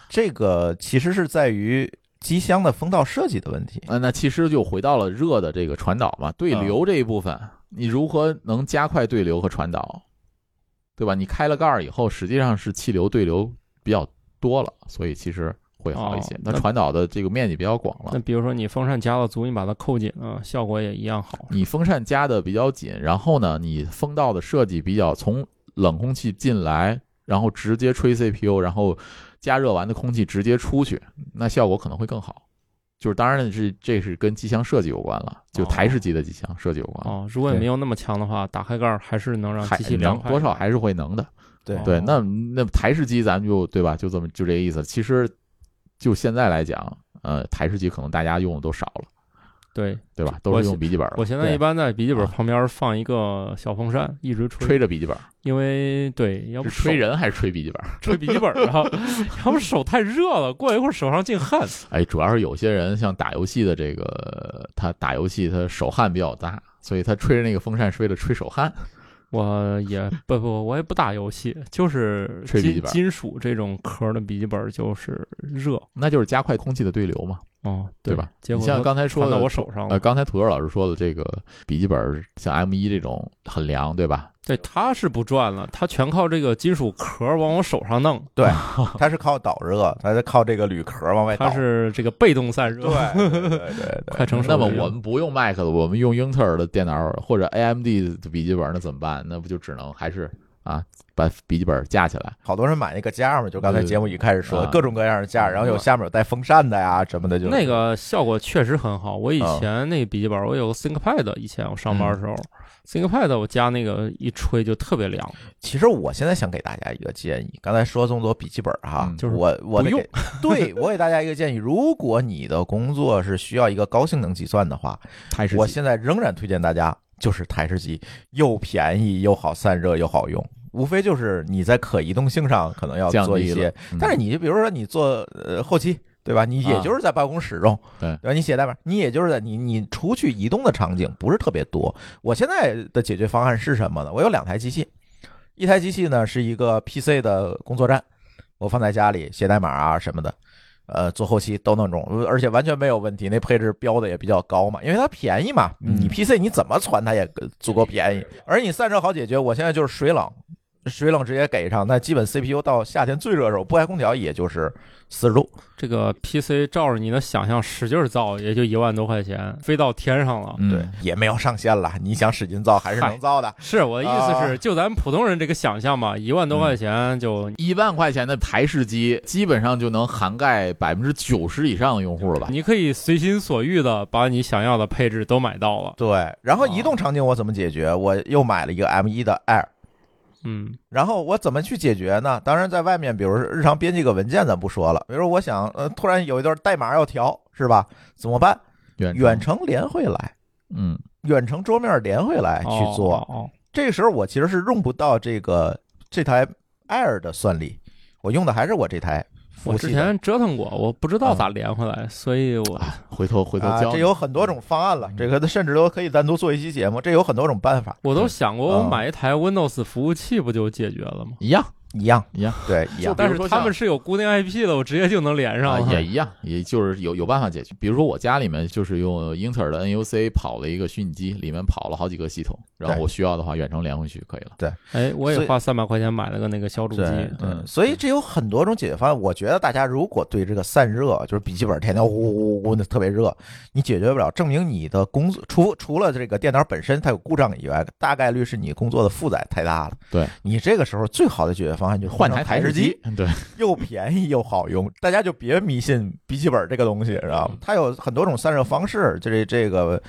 [SPEAKER 1] 这个其实是在于机箱的风道设计的问题。
[SPEAKER 2] 啊，那其实就回到了热的这个传导嘛，对
[SPEAKER 1] 啊
[SPEAKER 2] 流这一部分，你如何能加快对流和传导，对吧？你开了盖儿以后，实际上是气流对流比较多了，所以其实会好一些
[SPEAKER 3] 哦。
[SPEAKER 2] 它
[SPEAKER 3] 那
[SPEAKER 2] 传导的这个面积比较广
[SPEAKER 3] 那
[SPEAKER 2] 了。
[SPEAKER 3] 比如说你风扇加了足，你把它扣紧了，效果也一样好。
[SPEAKER 2] 你风扇加的比较紧，然后呢，你风道的设计比较从冷空气进来，然后直接吹 CPU，然后加热完的空气直接出去，那效果可能会更好。就是当然是这是跟机箱设计有关了，就
[SPEAKER 3] 哦
[SPEAKER 2] 台式机的机箱设计有关了。
[SPEAKER 3] 哦，如果你没有那么强的话，打开盖儿还是能让
[SPEAKER 2] 还
[SPEAKER 3] 机器
[SPEAKER 2] 能
[SPEAKER 3] 凉快
[SPEAKER 2] 多少还是会能的。
[SPEAKER 1] 对
[SPEAKER 3] 哦
[SPEAKER 2] 对，那那台式机咱们就对吧？就这么就这个意思。其实就现在来讲，呃，台式机可能大家用的都少了，
[SPEAKER 3] 对
[SPEAKER 2] 对吧？都
[SPEAKER 3] 我
[SPEAKER 2] 是用
[SPEAKER 3] 现
[SPEAKER 2] 笔记本了
[SPEAKER 3] 我现在
[SPEAKER 2] 对
[SPEAKER 3] 一般在笔记本
[SPEAKER 2] 啊
[SPEAKER 3] 旁边放一个小风扇，一直吹，
[SPEAKER 2] 吹着笔记本，
[SPEAKER 3] 因为对，要不
[SPEAKER 2] 是吹
[SPEAKER 3] 手
[SPEAKER 2] 人还是吹笔记本？
[SPEAKER 3] 吹笔记本儿啊， 要不手太热了，过一会儿手上 进汗。
[SPEAKER 2] 哎，主要是有些人像打游戏的这个，他打游戏他手汗比较大，所以他吹着那个风扇是为了吹手汗。
[SPEAKER 3] 我也不不，我也不打游戏，就是
[SPEAKER 2] 吹笔记
[SPEAKER 3] 金
[SPEAKER 2] 本儿
[SPEAKER 3] 金属这种壳的笔记本儿就是热
[SPEAKER 2] 那就是加快空气的对流嘛，
[SPEAKER 3] 哦，
[SPEAKER 2] 对吧？
[SPEAKER 3] 结
[SPEAKER 2] 你
[SPEAKER 3] 果
[SPEAKER 2] 像
[SPEAKER 3] 它
[SPEAKER 2] 刚才说
[SPEAKER 3] 传到
[SPEAKER 2] 的，
[SPEAKER 3] 我手上
[SPEAKER 2] 呃，
[SPEAKER 3] 了，
[SPEAKER 2] 刚才土豆老师说的这个笔记本像 M 一这种很凉，对吧？
[SPEAKER 3] 对，它是不转了，它全靠这个金属壳儿往我手上弄，
[SPEAKER 1] 它是靠导热，它是靠这个铝壳往外导。
[SPEAKER 3] 它是 这个被动散热，
[SPEAKER 1] 对对对对对，
[SPEAKER 3] 快成手
[SPEAKER 2] 那么
[SPEAKER 3] 机了
[SPEAKER 2] 我们不用 Mac 的，我们用英特尔的电脑或者 AMD 的笔记本，那怎么办？那不就只能还是啊，把笔记本架起来。
[SPEAKER 1] 好多人买那个架嘛，就刚才节目一开始说的
[SPEAKER 2] 啊
[SPEAKER 1] 各种各样的架，然后有下面有带风扇的呀什么的，就
[SPEAKER 3] 那个效果确实很好。我以
[SPEAKER 1] 啊
[SPEAKER 3] 前那个笔记本，我有个 ThinkPad，以前我上班的时候、t
[SPEAKER 1] 嗯
[SPEAKER 3] h i n k p a d 我加那个一吹就特别凉。
[SPEAKER 1] 其实我现在想给大家一个建议，刚才说这么多笔记本哈，
[SPEAKER 2] 嗯
[SPEAKER 3] 就是
[SPEAKER 1] 我我
[SPEAKER 3] 不
[SPEAKER 1] 得
[SPEAKER 3] 用
[SPEAKER 1] 给，对我给大家一个建议，如果你的工作是需要一个高性能计算的话，
[SPEAKER 2] 台式
[SPEAKER 1] 我
[SPEAKER 2] 机
[SPEAKER 1] 现在仍然推荐大家就是台式机，又便宜又好散热又好用，无非就是你在可移动性上可能要
[SPEAKER 2] 降
[SPEAKER 1] 做一
[SPEAKER 2] 低
[SPEAKER 1] 些
[SPEAKER 2] 了，嗯
[SPEAKER 1] 但是你比如说你做呃后期，对吧？你也
[SPEAKER 2] 啊
[SPEAKER 1] 就是在办公室用，
[SPEAKER 2] 对
[SPEAKER 1] 对吧？你写代码，你也就是在你你出去移动的场景不是特别多。我现在的解决方案是什么呢？我有两台机器，一台机器呢是一个 PC 的工作站，我放在家里写代码啊什么的。呃，做后期都能用，而且完全没有问题。那配置标的也比较高嘛，因为它便宜嘛。
[SPEAKER 2] 嗯
[SPEAKER 1] 你 PC 你怎么传它也足够便宜，而你散热好解决。我现在就是水冷，水冷直接给上，那基本 CPU 到夏天最热的时候不开空调也就是四十度。
[SPEAKER 3] 这个 PC 照着你的想象使劲造，也就一万多块钱，飞到天上了。
[SPEAKER 2] 嗯
[SPEAKER 1] 对，也没有上限了，你想使劲造还是能造的。
[SPEAKER 3] 是我的意思
[SPEAKER 1] 啊
[SPEAKER 3] 是，就咱普通人这个想象吧，一万多块
[SPEAKER 1] 嗯
[SPEAKER 3] 钱就、
[SPEAKER 2] 一万块钱的台式机，基本上就能涵盖百分之九十以上的用户了吧？
[SPEAKER 3] 你可以随心所欲的把你想要的配置都买到了。
[SPEAKER 1] 对，然后
[SPEAKER 3] 哦
[SPEAKER 1] 移动场景我怎么解决？我又买了一个 M1 的 Air，
[SPEAKER 3] 嗯，
[SPEAKER 1] 然后我怎么去解决呢？当然，在外面，比如说日常编辑个文件，咱不说了。比如说，我想呃，突然有一段代码要调，是吧？怎么办？
[SPEAKER 2] 远
[SPEAKER 1] 远
[SPEAKER 2] 程
[SPEAKER 1] 程连回来，
[SPEAKER 2] 嗯，
[SPEAKER 1] 远程桌面连回来哎去做。
[SPEAKER 3] 哦哦
[SPEAKER 1] 这个时候我其实是用不到这个这台 Air 的算力，我用的还是我这台服
[SPEAKER 3] 我
[SPEAKER 1] 气的
[SPEAKER 3] 之前折腾过，我不知道咋连回来，所以我
[SPEAKER 2] 啊，回头回头
[SPEAKER 1] 啊，
[SPEAKER 2] 教
[SPEAKER 1] 这
[SPEAKER 2] 你。
[SPEAKER 1] 有很多种方案了，这个甚至都可以单独做一期节目，这有很多种办法，
[SPEAKER 3] 我都想过，
[SPEAKER 1] 啊
[SPEAKER 3] 我买一台 Windows 服务器不就解决了吗？
[SPEAKER 2] 一样
[SPEAKER 1] 一样
[SPEAKER 2] 一样，
[SPEAKER 1] 对一样
[SPEAKER 2] 就比
[SPEAKER 3] 但
[SPEAKER 2] 如
[SPEAKER 3] 是
[SPEAKER 2] 说
[SPEAKER 3] 他
[SPEAKER 2] 像
[SPEAKER 3] 们是有固定 IP 的，我直接就能连上
[SPEAKER 2] 啊，
[SPEAKER 3] 了。
[SPEAKER 2] 也一样，也就是有有办法解决。比如说我家里面就是用英特尔的 NUC 跑了一个虚拟机，里面跑了好几个系统，然后
[SPEAKER 1] 对
[SPEAKER 2] 我需要的话远程连回去可以了。
[SPEAKER 3] 哎，
[SPEAKER 1] 所
[SPEAKER 3] 我
[SPEAKER 1] 以
[SPEAKER 3] 也花三百块钱买了个那个小主机，
[SPEAKER 1] 对，
[SPEAKER 2] 嗯
[SPEAKER 1] 所以这有很多种解决方案。我觉得大家如果对这个散热，就是笔记本天天呜呜呜呜的特别热，你解决不了，证明你的工作除除了这个电脑本身它有故障以外，大概率是你工作的负载太大了。
[SPEAKER 2] 对
[SPEAKER 1] 你这个时候最好的解决方案就是
[SPEAKER 2] 换
[SPEAKER 1] 成
[SPEAKER 2] 台
[SPEAKER 1] 台
[SPEAKER 2] 式
[SPEAKER 1] 机，，
[SPEAKER 2] 对，
[SPEAKER 1] 又便宜又好用，大家就别迷信笔记本这个东西，知道吗？它有很多种散热方式，就是这个，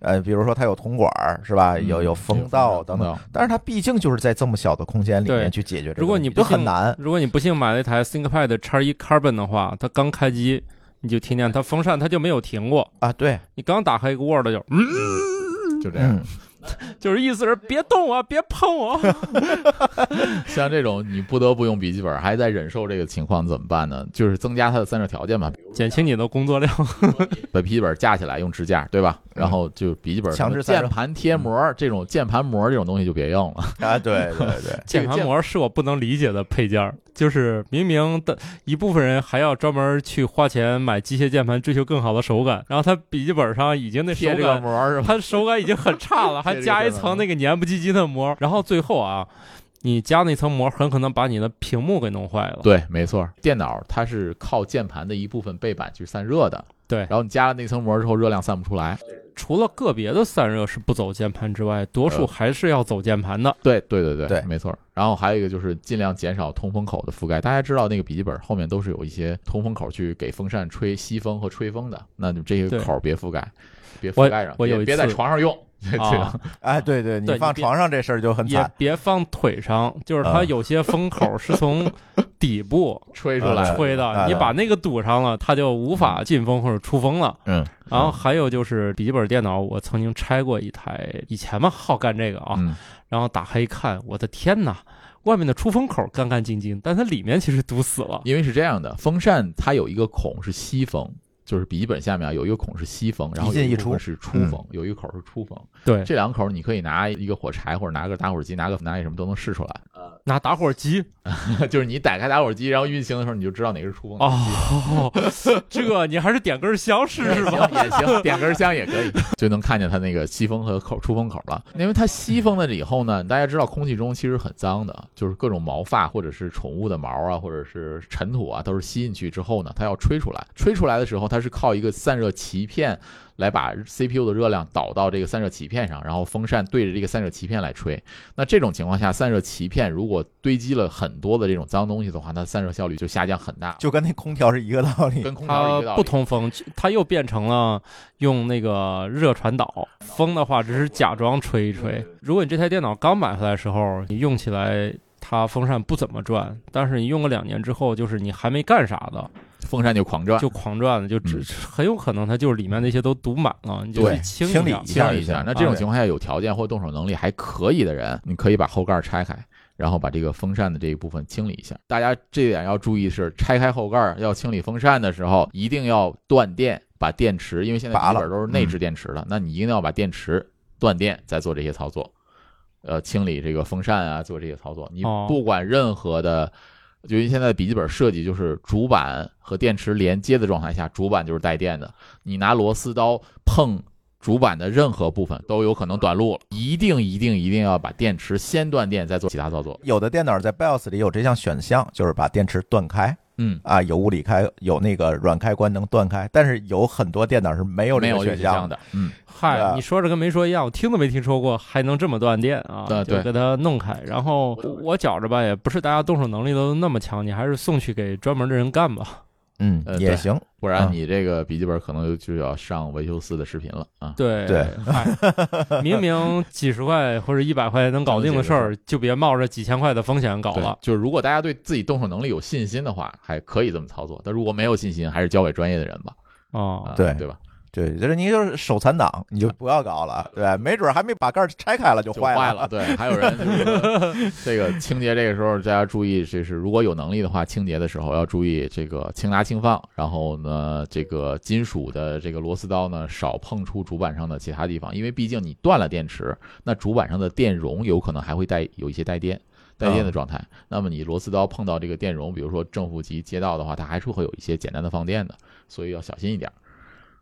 [SPEAKER 1] 呃，比如说它有铜管儿是吧？嗯有有风道等等，
[SPEAKER 2] 等。
[SPEAKER 1] 但是它毕竟就是在这么小的空间里面
[SPEAKER 3] 对
[SPEAKER 1] 去解决这个问题，
[SPEAKER 3] 如果你不
[SPEAKER 1] 就很
[SPEAKER 3] 幸
[SPEAKER 1] 难。
[SPEAKER 3] 如果你不幸买了一台 ThinkPad X1 Carbon 的话，它刚开机你就听见它风扇它就没有停过，
[SPEAKER 1] 啊，对，
[SPEAKER 3] 你刚打开一个 Word 就嗯，
[SPEAKER 2] 就这样，
[SPEAKER 1] 嗯，
[SPEAKER 3] 就是意思是别动我，别碰我。
[SPEAKER 2] 像这种你不得不用笔记本，还在忍受这个情况怎么办呢？就是增加它的散热条件吧，
[SPEAKER 3] 减轻你的工作量。
[SPEAKER 2] 把笔记本架起来用支架，对吧？
[SPEAKER 3] 嗯
[SPEAKER 2] 然后就笔记本
[SPEAKER 1] 强制散热
[SPEAKER 2] 键盘贴膜这种键盘膜这种东西就别用了。
[SPEAKER 1] 啊，对对对，
[SPEAKER 2] 这
[SPEAKER 3] 键
[SPEAKER 2] 个
[SPEAKER 3] 盘膜是我不能理解的配件儿，就是明明的一部分人还要专门去花钱买机械键盘追求更好的手感，然后他笔记本上已经那手
[SPEAKER 2] 贴这个
[SPEAKER 3] 感，
[SPEAKER 2] 膜是吧？
[SPEAKER 3] 他手感已经很 差
[SPEAKER 2] 贴这
[SPEAKER 3] 了，还
[SPEAKER 2] 个
[SPEAKER 3] 加一
[SPEAKER 2] 键盘
[SPEAKER 3] 层那个黏不唧唧的膜，然后最后啊，你加那层膜很可能把你的屏幕给弄坏了。
[SPEAKER 2] 对，没错，电脑它是靠键盘的一部分背板去散热的。
[SPEAKER 3] 对
[SPEAKER 2] 然后你加了那层膜之后，热量散不出来。
[SPEAKER 3] 除了个别的散热是不走键盘之外，多数
[SPEAKER 2] 呃
[SPEAKER 3] 还是要走键 盘的。
[SPEAKER 2] 对对对对，
[SPEAKER 1] 对
[SPEAKER 2] 没错。然后还有一个就是尽量减少通风口的覆盖。大家知道那个笔记本后面都是有一些通风口去给风扇吹吸风和吹风的，那就这些
[SPEAKER 3] 对
[SPEAKER 2] 口别覆盖，别
[SPEAKER 3] 我
[SPEAKER 2] 覆盖上，
[SPEAKER 3] 我有
[SPEAKER 2] 别
[SPEAKER 3] 一
[SPEAKER 2] 别在
[SPEAKER 3] 次
[SPEAKER 2] 床上 用。对
[SPEAKER 3] 啊
[SPEAKER 2] 对吧
[SPEAKER 1] 哎，对对，你
[SPEAKER 3] 对
[SPEAKER 1] 放
[SPEAKER 3] 你别
[SPEAKER 1] 床上这事儿就很
[SPEAKER 3] 也
[SPEAKER 1] 惨，
[SPEAKER 3] 别放腿上，就是它
[SPEAKER 2] 嗯
[SPEAKER 1] 啊
[SPEAKER 3] 有些风口是从 底部
[SPEAKER 2] 吹出
[SPEAKER 1] 啊
[SPEAKER 2] 来。
[SPEAKER 3] 呃吹
[SPEAKER 1] 啊
[SPEAKER 3] 的，你把那个堵上了，它就无法进风或者出风了。
[SPEAKER 2] 嗯，
[SPEAKER 3] 然后还有就是笔记本电脑，我曾经拆过一台，以前嘛好干这个啊，
[SPEAKER 2] 嗯，
[SPEAKER 3] 然后打开一看，我的天呐，外面的出风口干干净净，但它里面其实堵死了。
[SPEAKER 2] 因为是这样的，风扇它有一个孔是吸风。就是笔记本下面啊有一个孔是吸风，然后
[SPEAKER 1] 一进
[SPEAKER 2] 有一
[SPEAKER 1] 一
[SPEAKER 2] 部
[SPEAKER 1] 出
[SPEAKER 2] 分是出风，有一个口是出风。
[SPEAKER 3] 对，
[SPEAKER 2] 这两个口你可以拿一个火柴或者拿个打火机，拿个拿个什么都能试出来。
[SPEAKER 3] 拿打火机
[SPEAKER 2] 就是你打开打火机，然后运行的时候，你就知道哪个是出风口。
[SPEAKER 3] 哦， 这个你还是点根香试试吧。
[SPEAKER 2] 行也行，点根香也可以，就能看见它那个吸风和口出风口了。因为它吸风了以后呢，大家知道空气中其实很脏的，就是各种毛发或者是宠物的毛啊，或者是尘土啊，都是吸进去之后呢，它要吹出来。吹出来的时候，它是靠一个散热鳍片来把 CPU 的热量导到这个散热鳍片上，然后风扇对着这个散热鳍片来吹。那这种情况下，散热鳍片如果堆积了很多的这种脏东西的话，它散热效率就下降很大，
[SPEAKER 1] 就跟那空调是一个道理。
[SPEAKER 2] 跟空调是一 个道理。
[SPEAKER 3] 它啊不通风，它又变成了用那个热传导。风的话，只是假装吹一吹。如果你这台电脑刚买回来的时候，你用起来它风扇不怎么转，但是你用个两年之后，就是你还没干啥的，
[SPEAKER 2] 风扇就狂转，
[SPEAKER 3] 就狂转了，就只、很有可能它就是里面那些都堵满了，你就
[SPEAKER 2] 嗯对
[SPEAKER 3] 去清
[SPEAKER 1] 清
[SPEAKER 3] 一下
[SPEAKER 1] 理
[SPEAKER 2] 清
[SPEAKER 1] 理
[SPEAKER 2] 理
[SPEAKER 1] 一
[SPEAKER 2] 一
[SPEAKER 1] 下
[SPEAKER 2] 下。那
[SPEAKER 1] 啊
[SPEAKER 2] 这种
[SPEAKER 1] 对
[SPEAKER 2] 情况下，有条件或动手能力还可以的人，你可以把后盖拆开，然后把这个风扇的这一部分清理一下。大家这点要注意是，拆开后盖要清理风扇的时候，一定要断电，把电池，因为现在笔
[SPEAKER 1] 拔
[SPEAKER 2] 记
[SPEAKER 1] 了嗯
[SPEAKER 2] 本都是内置电池的，那你一定要把电池断电，再做这些操作。呃，清理这个风扇啊，做这些操作，你
[SPEAKER 3] 哦
[SPEAKER 2] 不管任何的，就因为现在笔记本设计就是主板和电池连接的状态下，主板就是带电的，你拿螺丝刀碰主板的任何部分都有可能短路了，一定一定一定要把电池先断电，再做其他操作。
[SPEAKER 1] 有的电脑在 BIOS 里有这项选项，就是把电池断开
[SPEAKER 2] 嗯，
[SPEAKER 1] 啊，有物理开，有那个软开关能断开，但是有很多电脑是没有
[SPEAKER 2] 没
[SPEAKER 1] 这
[SPEAKER 2] 有
[SPEAKER 1] 个
[SPEAKER 2] 这个
[SPEAKER 1] 选项的。
[SPEAKER 2] 的，嗯，
[SPEAKER 1] 啊
[SPEAKER 3] 嗨，你说这跟没说一样，我听都没听说过，还能这么断电啊？
[SPEAKER 2] 对
[SPEAKER 3] 就
[SPEAKER 2] 对
[SPEAKER 3] 给它弄开。然后我觉着吧，也不是大家动手能力都那么强，你还是送去给专门的人干吧。
[SPEAKER 1] 嗯
[SPEAKER 2] 呃，
[SPEAKER 1] 也
[SPEAKER 2] 对
[SPEAKER 1] 行，
[SPEAKER 2] 不然你这个笔记本可能就要上维修师的视频了啊。
[SPEAKER 3] 对
[SPEAKER 1] 对，
[SPEAKER 3] 嗨，明明几十块或者一百块能搞定的事儿，就别冒着几千块的风险搞
[SPEAKER 2] 对
[SPEAKER 3] 了。，
[SPEAKER 2] 就是如果大家对自己动手能力有信心的话，还可以这么操作；但如果没有信心，还是交给专业的人吧。
[SPEAKER 3] 哦
[SPEAKER 2] 啊，
[SPEAKER 1] 对
[SPEAKER 2] 对吧？
[SPEAKER 1] 对，就是你就是手残党，你就不要搞了，对，没准还没把盖儿拆开了就
[SPEAKER 2] 就
[SPEAKER 1] 坏
[SPEAKER 2] 坏了。对，还有人就是说这个清洁这个时候大家注意，就是如果有能力的话，清洁的时候要注意这个轻拿轻放，然后呢，这个金属的这个螺丝刀呢少碰触主板上的其他地方，因为毕竟你断了电池，那主板上的电容有可能还会带有一些带
[SPEAKER 3] 嗯
[SPEAKER 2] 电。带电的状态，那么你螺丝刀碰到这个电容，比如说正负极接到的话，它还是会有一些简单的放电的，所以要小心一点儿。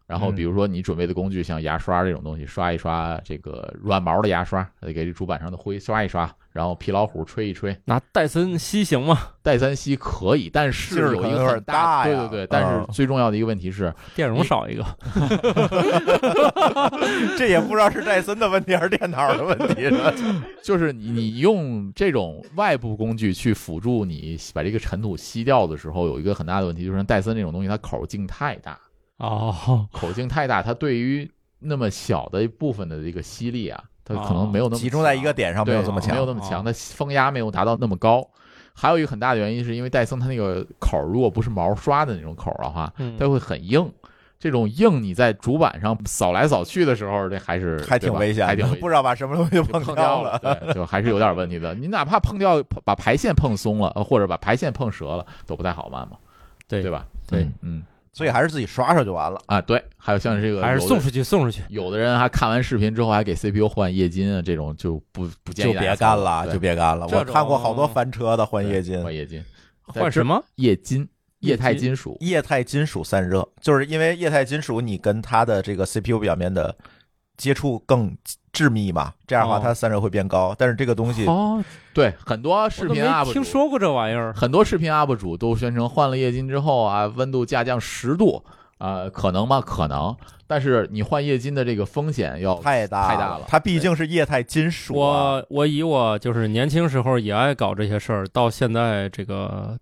[SPEAKER 2] 然
[SPEAKER 1] 嗯
[SPEAKER 2] 后比如说你准备的工具，像牙刷这种东西，刷一刷这个软毛的牙刷，给主板上的灰刷一刷，然后皮老虎吹一吹。
[SPEAKER 3] 拿戴森吸行吗？
[SPEAKER 2] 戴森吸可以，但是
[SPEAKER 1] 劲儿
[SPEAKER 2] 有
[SPEAKER 1] 可
[SPEAKER 2] 一
[SPEAKER 1] 能
[SPEAKER 2] 个
[SPEAKER 1] 有
[SPEAKER 2] 很
[SPEAKER 1] 点大
[SPEAKER 2] 对
[SPEAKER 1] 呀
[SPEAKER 2] 对对，但
[SPEAKER 1] 嗯
[SPEAKER 2] 是最重要的一个问题是，
[SPEAKER 3] 电容少一个，
[SPEAKER 1] 这也不知道是戴森的问题还是电脑的问题，是吧
[SPEAKER 2] 就是你你用这种外部工具去辅助你把这个尘土吸掉的时候，有一个很大的问题，就是像戴森这种东西，它口径太大，
[SPEAKER 3] 哦，
[SPEAKER 2] 口径太大，它对于那么小的一部分的这个吸力啊，它可能没有那么
[SPEAKER 1] 集中在一
[SPEAKER 2] 强
[SPEAKER 1] 个点啊上没有
[SPEAKER 2] 对
[SPEAKER 1] 这么
[SPEAKER 2] 没有
[SPEAKER 1] 强。
[SPEAKER 2] 那么强，
[SPEAKER 3] 哦
[SPEAKER 2] 它风压没有达到那么高。还有一个很大的原因是因为戴森它那个口儿，如果不是毛刷的那种口儿的话，
[SPEAKER 3] 嗯
[SPEAKER 2] 它会很硬。这种硬你在主板上扫来扫去的时候，这还是
[SPEAKER 1] 还挺
[SPEAKER 2] 对吧
[SPEAKER 1] 危险
[SPEAKER 2] 还挺
[SPEAKER 1] 的，
[SPEAKER 2] 危
[SPEAKER 1] 不知道把什么东西
[SPEAKER 2] 就碰
[SPEAKER 1] 掉
[SPEAKER 2] 了，。对，就还是有点问题的。你哪怕碰掉把排线碰松了，呃或者把排线碰折了，都不太好办嘛，
[SPEAKER 3] 对
[SPEAKER 2] 对吧？
[SPEAKER 3] 对
[SPEAKER 2] 嗯，嗯
[SPEAKER 1] 所以还是自己刷刷就完了。
[SPEAKER 2] 啊，对，还有像这个
[SPEAKER 3] 还是
[SPEAKER 2] 有的
[SPEAKER 3] 送出去，送出去。
[SPEAKER 2] 有的人还看完视频之后还给 CPU 换液晶啊，这种就不不建
[SPEAKER 1] 就
[SPEAKER 2] 议大家
[SPEAKER 1] 别
[SPEAKER 2] 操
[SPEAKER 1] 干
[SPEAKER 2] 作
[SPEAKER 1] 了，
[SPEAKER 2] 对嗯
[SPEAKER 1] 就别干了。
[SPEAKER 3] 这
[SPEAKER 1] 我
[SPEAKER 3] 种
[SPEAKER 1] 看过好多翻车的换液晶，
[SPEAKER 2] 换液晶，
[SPEAKER 3] 换什么？
[SPEAKER 2] 液晶，
[SPEAKER 3] 液
[SPEAKER 2] 液态
[SPEAKER 3] 晶
[SPEAKER 2] 金属，
[SPEAKER 1] 液态金属散热，就是因为液态金属你跟它的这个 CPU 表面的接触更致密嘛，这样的话
[SPEAKER 3] 哦
[SPEAKER 1] 它散热会变高。但是这个东西
[SPEAKER 3] 哦，
[SPEAKER 2] 对，很多
[SPEAKER 3] 我
[SPEAKER 2] 视
[SPEAKER 3] 都
[SPEAKER 2] 频啊
[SPEAKER 3] 没
[SPEAKER 2] UP
[SPEAKER 3] 听
[SPEAKER 2] 主，
[SPEAKER 3] 说过这玩意儿。
[SPEAKER 2] 很多视频 UP 主都宣称换了液晶之后啊，温度下降十度，啊，可能吗？可能，但是你换液晶的这个风险
[SPEAKER 3] 啊
[SPEAKER 2] 要
[SPEAKER 1] 太大
[SPEAKER 2] 太大了
[SPEAKER 1] 它毕竟是液态金属啊、
[SPEAKER 3] 我我以我就是年轻时候也爱搞这些事儿，到现在这个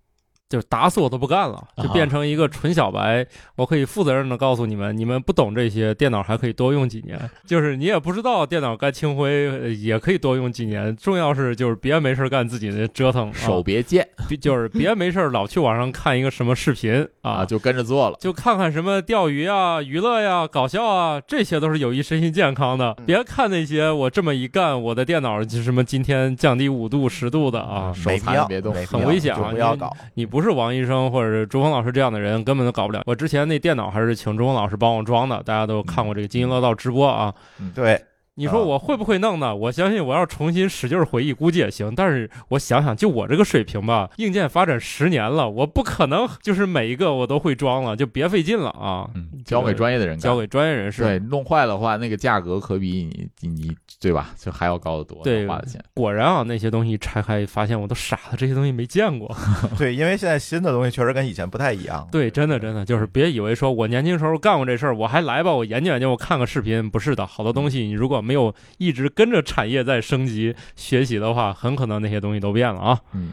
[SPEAKER 3] 就是打死我都不干了，就
[SPEAKER 2] 啊
[SPEAKER 3] 变成一个纯小白。我可以负责任的告诉你们，你们不懂这些，电脑还可以多用几 年。就是你也不知道电脑该清灰，呃也可以多用几年。重要是就是别没事儿干自己的折腾，
[SPEAKER 2] 手别贱
[SPEAKER 3] 啊、别就是别没事儿老去网上看一个什么视频啊。
[SPEAKER 2] 啊，就跟着做了。
[SPEAKER 3] 就看看什么钓鱼啊、娱乐呀、搞笑啊，这些都是有益身心健康的。
[SPEAKER 1] 嗯
[SPEAKER 3] 别看那些我这么一干，我的电脑就什么今天降低五度、十度的啊，
[SPEAKER 1] 没
[SPEAKER 2] 嗯手
[SPEAKER 1] 必
[SPEAKER 2] 残
[SPEAKER 1] 要，
[SPEAKER 2] 别动
[SPEAKER 1] 没必
[SPEAKER 3] 很
[SPEAKER 1] 要
[SPEAKER 3] 危险啊
[SPEAKER 1] 就不要
[SPEAKER 3] 你
[SPEAKER 1] 搞。
[SPEAKER 3] 你不是王医生或者是朱峰老师这样的人，根本都搞不了。我之前那电脑还是请朱峰老师帮我装的，大家都看过这个津津乐道直播啊。
[SPEAKER 1] 对，
[SPEAKER 3] 你说我会不会弄呢？我相信我要重新使劲儿回忆，估计也行。但是我想想，就我这个水平吧，硬件发展十年了，我不可能就是每一个我都会装了，就别费劲了啊。
[SPEAKER 2] 嗯，交给专业的人干，
[SPEAKER 3] 交给专业人士，
[SPEAKER 2] 对，弄坏了的话，那个价格可比你你你对吧，就还要高得多，
[SPEAKER 3] 对
[SPEAKER 2] 花的钱。
[SPEAKER 3] 果然啊，那些东西拆开发现我都傻了，这些东西没见过。
[SPEAKER 1] 对，因为现在新的东西确实跟以前不太一 样。
[SPEAKER 3] 对，真的真的就是别以为说我年轻时候干过这事儿，我还来吧，我研究研究，我看个视频。不是的，好多东西你如果没有一直跟着产业在升级学习的话，很可能那些东西都变了啊。
[SPEAKER 2] 嗯，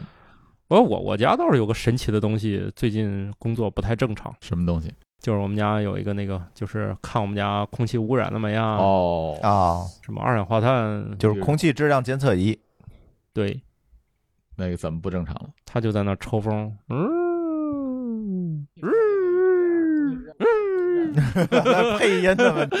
[SPEAKER 3] 我我我家倒是有个神奇的东西，最近工作不太正常，
[SPEAKER 2] 什么东西？
[SPEAKER 3] 就是我们家有一个那个，就是看我们家空气污染怎么样，
[SPEAKER 2] 哦，
[SPEAKER 1] 啊，
[SPEAKER 3] 什么二氧化碳，
[SPEAKER 1] 就是空气质量监测仪，
[SPEAKER 3] 对，
[SPEAKER 2] 那个怎么不正常了？
[SPEAKER 3] 他就在那儿抽风，嗯。
[SPEAKER 1] 配音的问题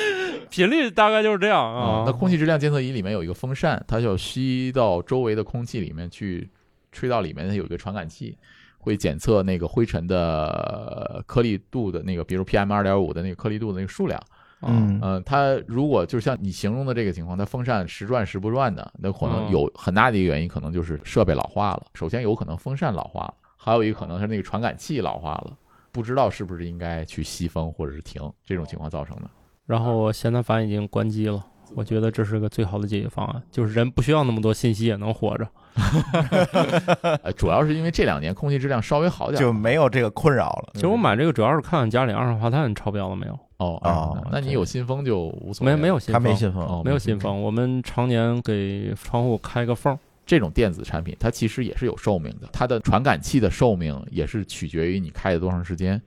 [SPEAKER 3] 频率大概就是这样啊。
[SPEAKER 2] 那空气质量监测仪里面有一个风扇，它就吸到周围的空气里面去，吹到里面，它有一个传感器，会检测那个灰尘的呃颗粒度的那个，比如 PM 二点五的那个颗粒度的那个数量。
[SPEAKER 3] 啊
[SPEAKER 1] 嗯
[SPEAKER 2] 嗯、它如果就像你形容的这个情况，它风扇时转时不转的，那可
[SPEAKER 3] 嗯
[SPEAKER 2] 能有很大的一个原因，可能就是设备老化了。首先有可能风扇老化了，还有一个可能是那个传感器老化了。不知道是不是应该去吸风或者是停这种情况造成的，
[SPEAKER 3] 然后咸蛋反已经关机了，我觉得这是个最好的解决方案，就是人不需要那么多信息也能活
[SPEAKER 1] 嗯
[SPEAKER 3] 着。
[SPEAKER 2] 呃，主要是因为这两年空气质量稍微好点儿，
[SPEAKER 1] 就没有这个困扰了。
[SPEAKER 2] 嗯
[SPEAKER 3] 其实我买这个主要是看看家里二氧化碳超标了没有，
[SPEAKER 2] 哦
[SPEAKER 1] 哦
[SPEAKER 2] 哦，那你有新风就无所谓
[SPEAKER 3] 没
[SPEAKER 2] 了，
[SPEAKER 3] 没有新
[SPEAKER 1] 它
[SPEAKER 3] 风，
[SPEAKER 1] 没信封，嗯
[SPEAKER 2] 哦，
[SPEAKER 3] 没有新。风，我们常年给窗户开个缝儿。
[SPEAKER 2] 这种电子产品它其实也是有寿命的，它的传感器的寿命也是取决于你开的多长时间。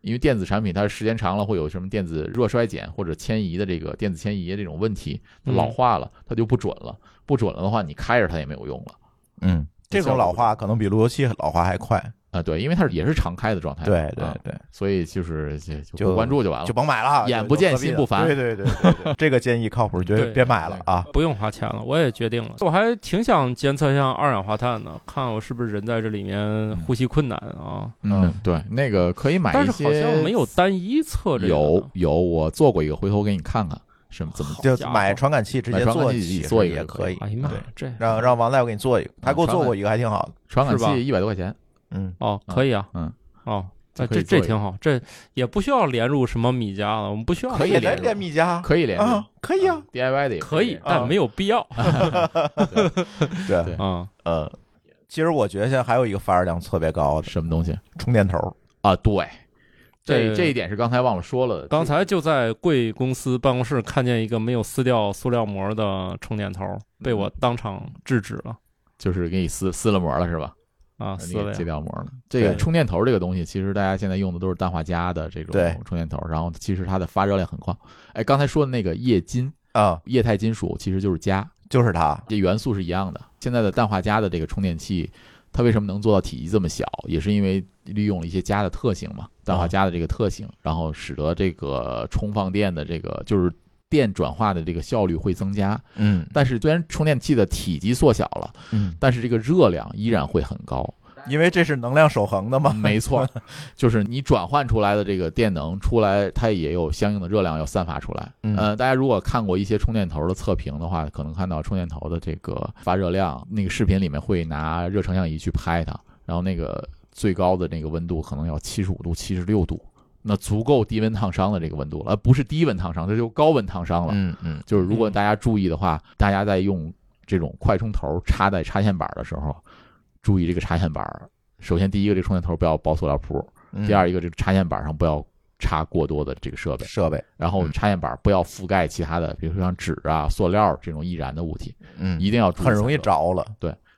[SPEAKER 2] 因为电子产品它时间长了会有什么电子热衰减或者迁移的这个电子迁移这种问题，它
[SPEAKER 3] 嗯
[SPEAKER 2] 老化了它就不准了，不准了的话你开着它也没有用了。
[SPEAKER 1] 嗯，这种老化可能比路由器老化还快。
[SPEAKER 2] 啊，对，因为它是也是常开的状态，
[SPEAKER 1] 对对
[SPEAKER 2] 啊
[SPEAKER 1] 对，
[SPEAKER 2] 所以就是就
[SPEAKER 1] 就
[SPEAKER 2] 就关注就完了
[SPEAKER 1] 就。甭买了，
[SPEAKER 2] 眼不见
[SPEAKER 1] 就何必
[SPEAKER 2] 心
[SPEAKER 1] 呢
[SPEAKER 2] 不烦
[SPEAKER 1] 对对对对 对，这个建议靠谱，绝
[SPEAKER 3] 对
[SPEAKER 1] 别买了啊。
[SPEAKER 3] 不用花钱了，我也决定了。我还挺想监测一下二氧化碳的，看我是不是人在这里面呼吸困难啊。
[SPEAKER 2] 嗯，对，那个可以买
[SPEAKER 3] 但
[SPEAKER 2] 一
[SPEAKER 3] 是
[SPEAKER 2] 些，
[SPEAKER 3] 好像没有单一测这个呢。
[SPEAKER 2] 有有，我做过一个，回头给你看看什么怎么
[SPEAKER 3] 好
[SPEAKER 1] 就
[SPEAKER 3] 家伙
[SPEAKER 1] 买传感器直接
[SPEAKER 2] 买传感
[SPEAKER 1] 做
[SPEAKER 2] 器
[SPEAKER 1] 起
[SPEAKER 2] 做一个
[SPEAKER 1] 也
[SPEAKER 2] 就
[SPEAKER 1] 可
[SPEAKER 2] 可以
[SPEAKER 1] 以，
[SPEAKER 3] 哎呀妈
[SPEAKER 1] 对
[SPEAKER 3] 呀，这
[SPEAKER 1] 让让王大夫给你做一个，他给我做过一个还挺好的，
[SPEAKER 2] 传感
[SPEAKER 3] 是吧
[SPEAKER 2] 器一百多块钱，
[SPEAKER 1] 嗯，
[SPEAKER 3] 哦，
[SPEAKER 2] 嗯
[SPEAKER 3] 可以啊，
[SPEAKER 2] 嗯，
[SPEAKER 3] 哦，
[SPEAKER 2] 这
[SPEAKER 3] 那
[SPEAKER 2] 可以
[SPEAKER 3] 这
[SPEAKER 2] 做
[SPEAKER 3] 这
[SPEAKER 2] 一个
[SPEAKER 3] 挺好，这也不需要连入什么米家了，我们不需要
[SPEAKER 2] 可以
[SPEAKER 1] 也
[SPEAKER 3] 连
[SPEAKER 1] 来
[SPEAKER 2] 连
[SPEAKER 3] 入
[SPEAKER 1] 练密加
[SPEAKER 2] 可以连
[SPEAKER 1] 啊，可以啊，
[SPEAKER 2] DIY 的也
[SPEAKER 3] 可以，
[SPEAKER 1] 啊
[SPEAKER 3] 但没有必要
[SPEAKER 1] 对
[SPEAKER 2] 嗯对
[SPEAKER 3] 啊。
[SPEAKER 1] 呃，其实我觉得现在还有一个发热量特别高的
[SPEAKER 2] 什么东西
[SPEAKER 1] 充电头，
[SPEAKER 2] 啊？对，这
[SPEAKER 3] 对
[SPEAKER 2] 这一点是刚才忘了说了的，
[SPEAKER 3] 刚才就在贵公司办公室看见一个没有撕掉塑料膜的充电头，被我当场制止了
[SPEAKER 2] 就是给你撕撕了膜了是吧？
[SPEAKER 3] 啊！
[SPEAKER 2] 那
[SPEAKER 3] 撕
[SPEAKER 2] 个
[SPEAKER 3] 了呀
[SPEAKER 2] 接，掉膜了。这个
[SPEAKER 1] 对
[SPEAKER 2] 充电头这个东西，其实大家现在用的都是氮化镓的这种
[SPEAKER 1] 对
[SPEAKER 2] 充电头，然后其实它的发热量很高。哎，刚才说的那个液晶。
[SPEAKER 1] 啊，
[SPEAKER 2] 液态金属其实就是镓，
[SPEAKER 1] 就是它，
[SPEAKER 2] 这元素是一样的。现在的氮化镓的这个充电器，它为什么能做到体积这么小，也是因为利用了一些镓的特性嘛，氮化镓的这个特性，然后使得这个充放电的这个就是电转化的这个效率会增加。
[SPEAKER 1] 嗯
[SPEAKER 2] 但是虽然充电器的体积缩小了，
[SPEAKER 1] 嗯，
[SPEAKER 2] 但是这个热量依然会很高。
[SPEAKER 1] 因为这是能量守恒的嘛，
[SPEAKER 2] 没错，就是你转换出来的这个电能出来，它也有相应的热量要散发出来。
[SPEAKER 1] 嗯
[SPEAKER 2] 呃，大家如果看过一些充电头的测评的话，可能看到充电头的这个发热量，那个视频里面会拿热成像仪去拍它，然后那个最高的那个温度可能要七十五度、七十六度，那足够低温烫伤的这个温度了，呃不是低温烫伤，这就高温烫伤了。
[SPEAKER 1] 嗯嗯，
[SPEAKER 2] 就是如果大家注意的话，大家在用这种快充头插在插线板的时候，注意这个插线板儿。首先，第一个，这个充电头不要包塑料铺；
[SPEAKER 1] 嗯
[SPEAKER 2] 第二一个，这个插线板上不要插过多的这个设备，
[SPEAKER 1] 设备，
[SPEAKER 2] 然后
[SPEAKER 1] 嗯
[SPEAKER 2] 插线板不要覆盖其他的，比如说像纸啊、塑料这种易燃的物体，
[SPEAKER 1] 嗯，
[SPEAKER 2] 一定要注意
[SPEAKER 1] 很容易
[SPEAKER 2] 散热。
[SPEAKER 1] 着了，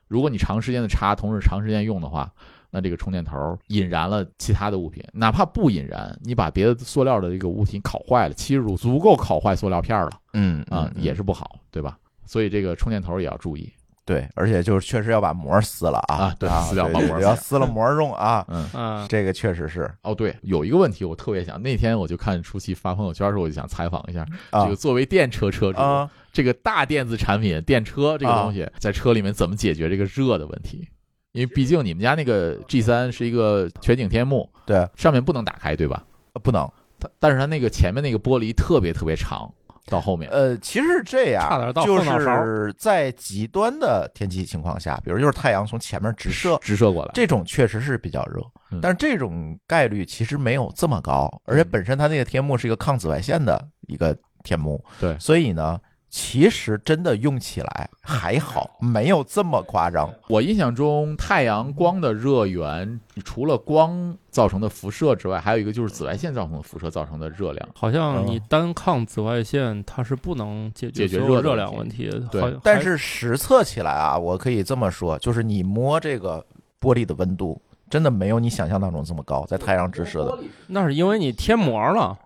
[SPEAKER 2] 如果你长时间的插，同时长时间用的话，那这个充电头引燃了其他的物品，哪怕不引燃，你把别的塑料的这个物体烤坏了，七十度足够烤坏塑料片儿了。
[SPEAKER 1] 嗯
[SPEAKER 2] 啊，也
[SPEAKER 1] 是
[SPEAKER 2] 是不好，对吧？所以这个充电头也要注意。
[SPEAKER 1] 对，而且就是确实要把膜撕了啊
[SPEAKER 2] 啊对
[SPEAKER 1] 啊
[SPEAKER 2] 撕掉把
[SPEAKER 1] 对
[SPEAKER 2] 膜
[SPEAKER 1] 对要撕了膜用啊，
[SPEAKER 2] 嗯，
[SPEAKER 3] 嗯，
[SPEAKER 1] 这个确实是
[SPEAKER 2] 哦，对，有一个问题我特别想，那天我就看舒淇发朋友圈的时候，我就想采访一下，
[SPEAKER 1] 啊
[SPEAKER 2] 这个作为电车车主，
[SPEAKER 1] 啊，
[SPEAKER 2] 这个大电子产品电车这个东西，在车里面怎么解决这个热的问题？因为毕竟你们家那个 G 三是一个全景天幕，
[SPEAKER 1] 对，
[SPEAKER 2] 上面不能打开，对吧？
[SPEAKER 1] 不能，
[SPEAKER 2] 它但是它那个前面那个玻璃特别特别长，到后面，
[SPEAKER 1] 呃，其实是这样，
[SPEAKER 3] 差点到
[SPEAKER 1] 就
[SPEAKER 3] 后脑勺
[SPEAKER 1] 是在极端的天气情况下，比如就是太阳从前面直射，
[SPEAKER 2] 直射过来，
[SPEAKER 1] 这种确实是比较热
[SPEAKER 2] 嗯，
[SPEAKER 1] 但是这种概率其实没有这么高，而且本身它那个天幕是一个抗紫外线的一个天幕，
[SPEAKER 2] 对
[SPEAKER 1] 所以呢，其实真的用起来还好，没有这么夸张。
[SPEAKER 2] 我印象中，太阳光的热源除了光造成的辐射之外，还有一个就是紫外线造成的辐射造成的热量。
[SPEAKER 3] 好像你
[SPEAKER 1] 嗯
[SPEAKER 3] 单抗紫外线，它是不能解
[SPEAKER 2] 解决
[SPEAKER 3] 所有
[SPEAKER 2] 热的
[SPEAKER 3] 热量问题的。
[SPEAKER 2] 对
[SPEAKER 3] 好像
[SPEAKER 1] 但是实测起来啊，我可以这么说，就是你摸这个玻璃的温度，真的没有你想象当中这么高，在太阳直射的
[SPEAKER 3] 还那是因为你贴膜了，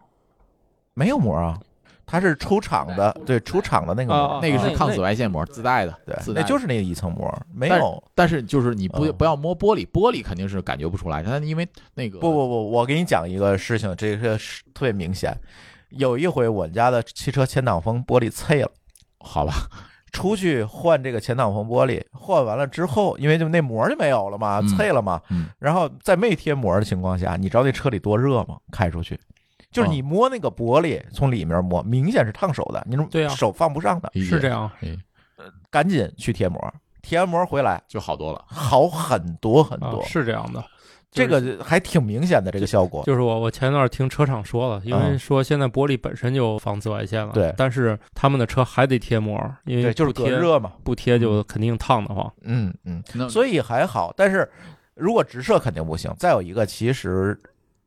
[SPEAKER 1] 没有膜啊，它是出厂的，对，出厂的那个
[SPEAKER 3] 啊
[SPEAKER 1] 膜，
[SPEAKER 2] 那个是
[SPEAKER 3] 那
[SPEAKER 2] 抗紫外线膜，自带的，
[SPEAKER 1] 对，
[SPEAKER 2] 自带
[SPEAKER 1] 那
[SPEAKER 2] 的
[SPEAKER 1] 就是那一层膜，没有。
[SPEAKER 2] 但是就是你不
[SPEAKER 1] 嗯
[SPEAKER 2] 不要摸玻璃，玻璃肯定是感觉不出来，它因为那个
[SPEAKER 1] 不不不，我给你讲一个事情，这个是特别明显。有一回我们家的汽车前挡风玻璃碎了，
[SPEAKER 2] 好吧，
[SPEAKER 1] 出去换这个前挡风玻璃，换完了之后，因为就那膜就没有了嘛，
[SPEAKER 2] 嗯
[SPEAKER 1] 碎了嘛，
[SPEAKER 2] 嗯
[SPEAKER 1] 然后在没贴膜的情况下，你知道那车里多热吗？开出去。就是
[SPEAKER 3] 啊
[SPEAKER 1] 你摸那个玻璃，从里面摸，明显是烫手的，你那
[SPEAKER 3] 对啊
[SPEAKER 1] 种手放不上的，
[SPEAKER 2] 理解
[SPEAKER 3] 是这，样。
[SPEAKER 1] 赶紧去贴膜。贴完膜回来，
[SPEAKER 2] 就好多了。
[SPEAKER 1] 好很多很
[SPEAKER 3] 啊
[SPEAKER 1] 多，，
[SPEAKER 3] 是这样的。
[SPEAKER 1] 这
[SPEAKER 3] 就是
[SPEAKER 1] 个还挺明显的这个效果。
[SPEAKER 3] 就是我，我前段听车厂说了，因为
[SPEAKER 1] 嗯
[SPEAKER 3] 说现在玻璃本身就防紫外线了，
[SPEAKER 1] 对
[SPEAKER 3] 但是他们的车还得贴膜，因为
[SPEAKER 1] 对，就是
[SPEAKER 3] 不
[SPEAKER 1] 隔
[SPEAKER 3] 贴
[SPEAKER 1] 热嗯嘛。
[SPEAKER 3] 不贴就肯定烫得慌。
[SPEAKER 1] 嗯嗯，
[SPEAKER 2] 那
[SPEAKER 1] 所以还好，但是如果直射肯定不行。再有一个，其实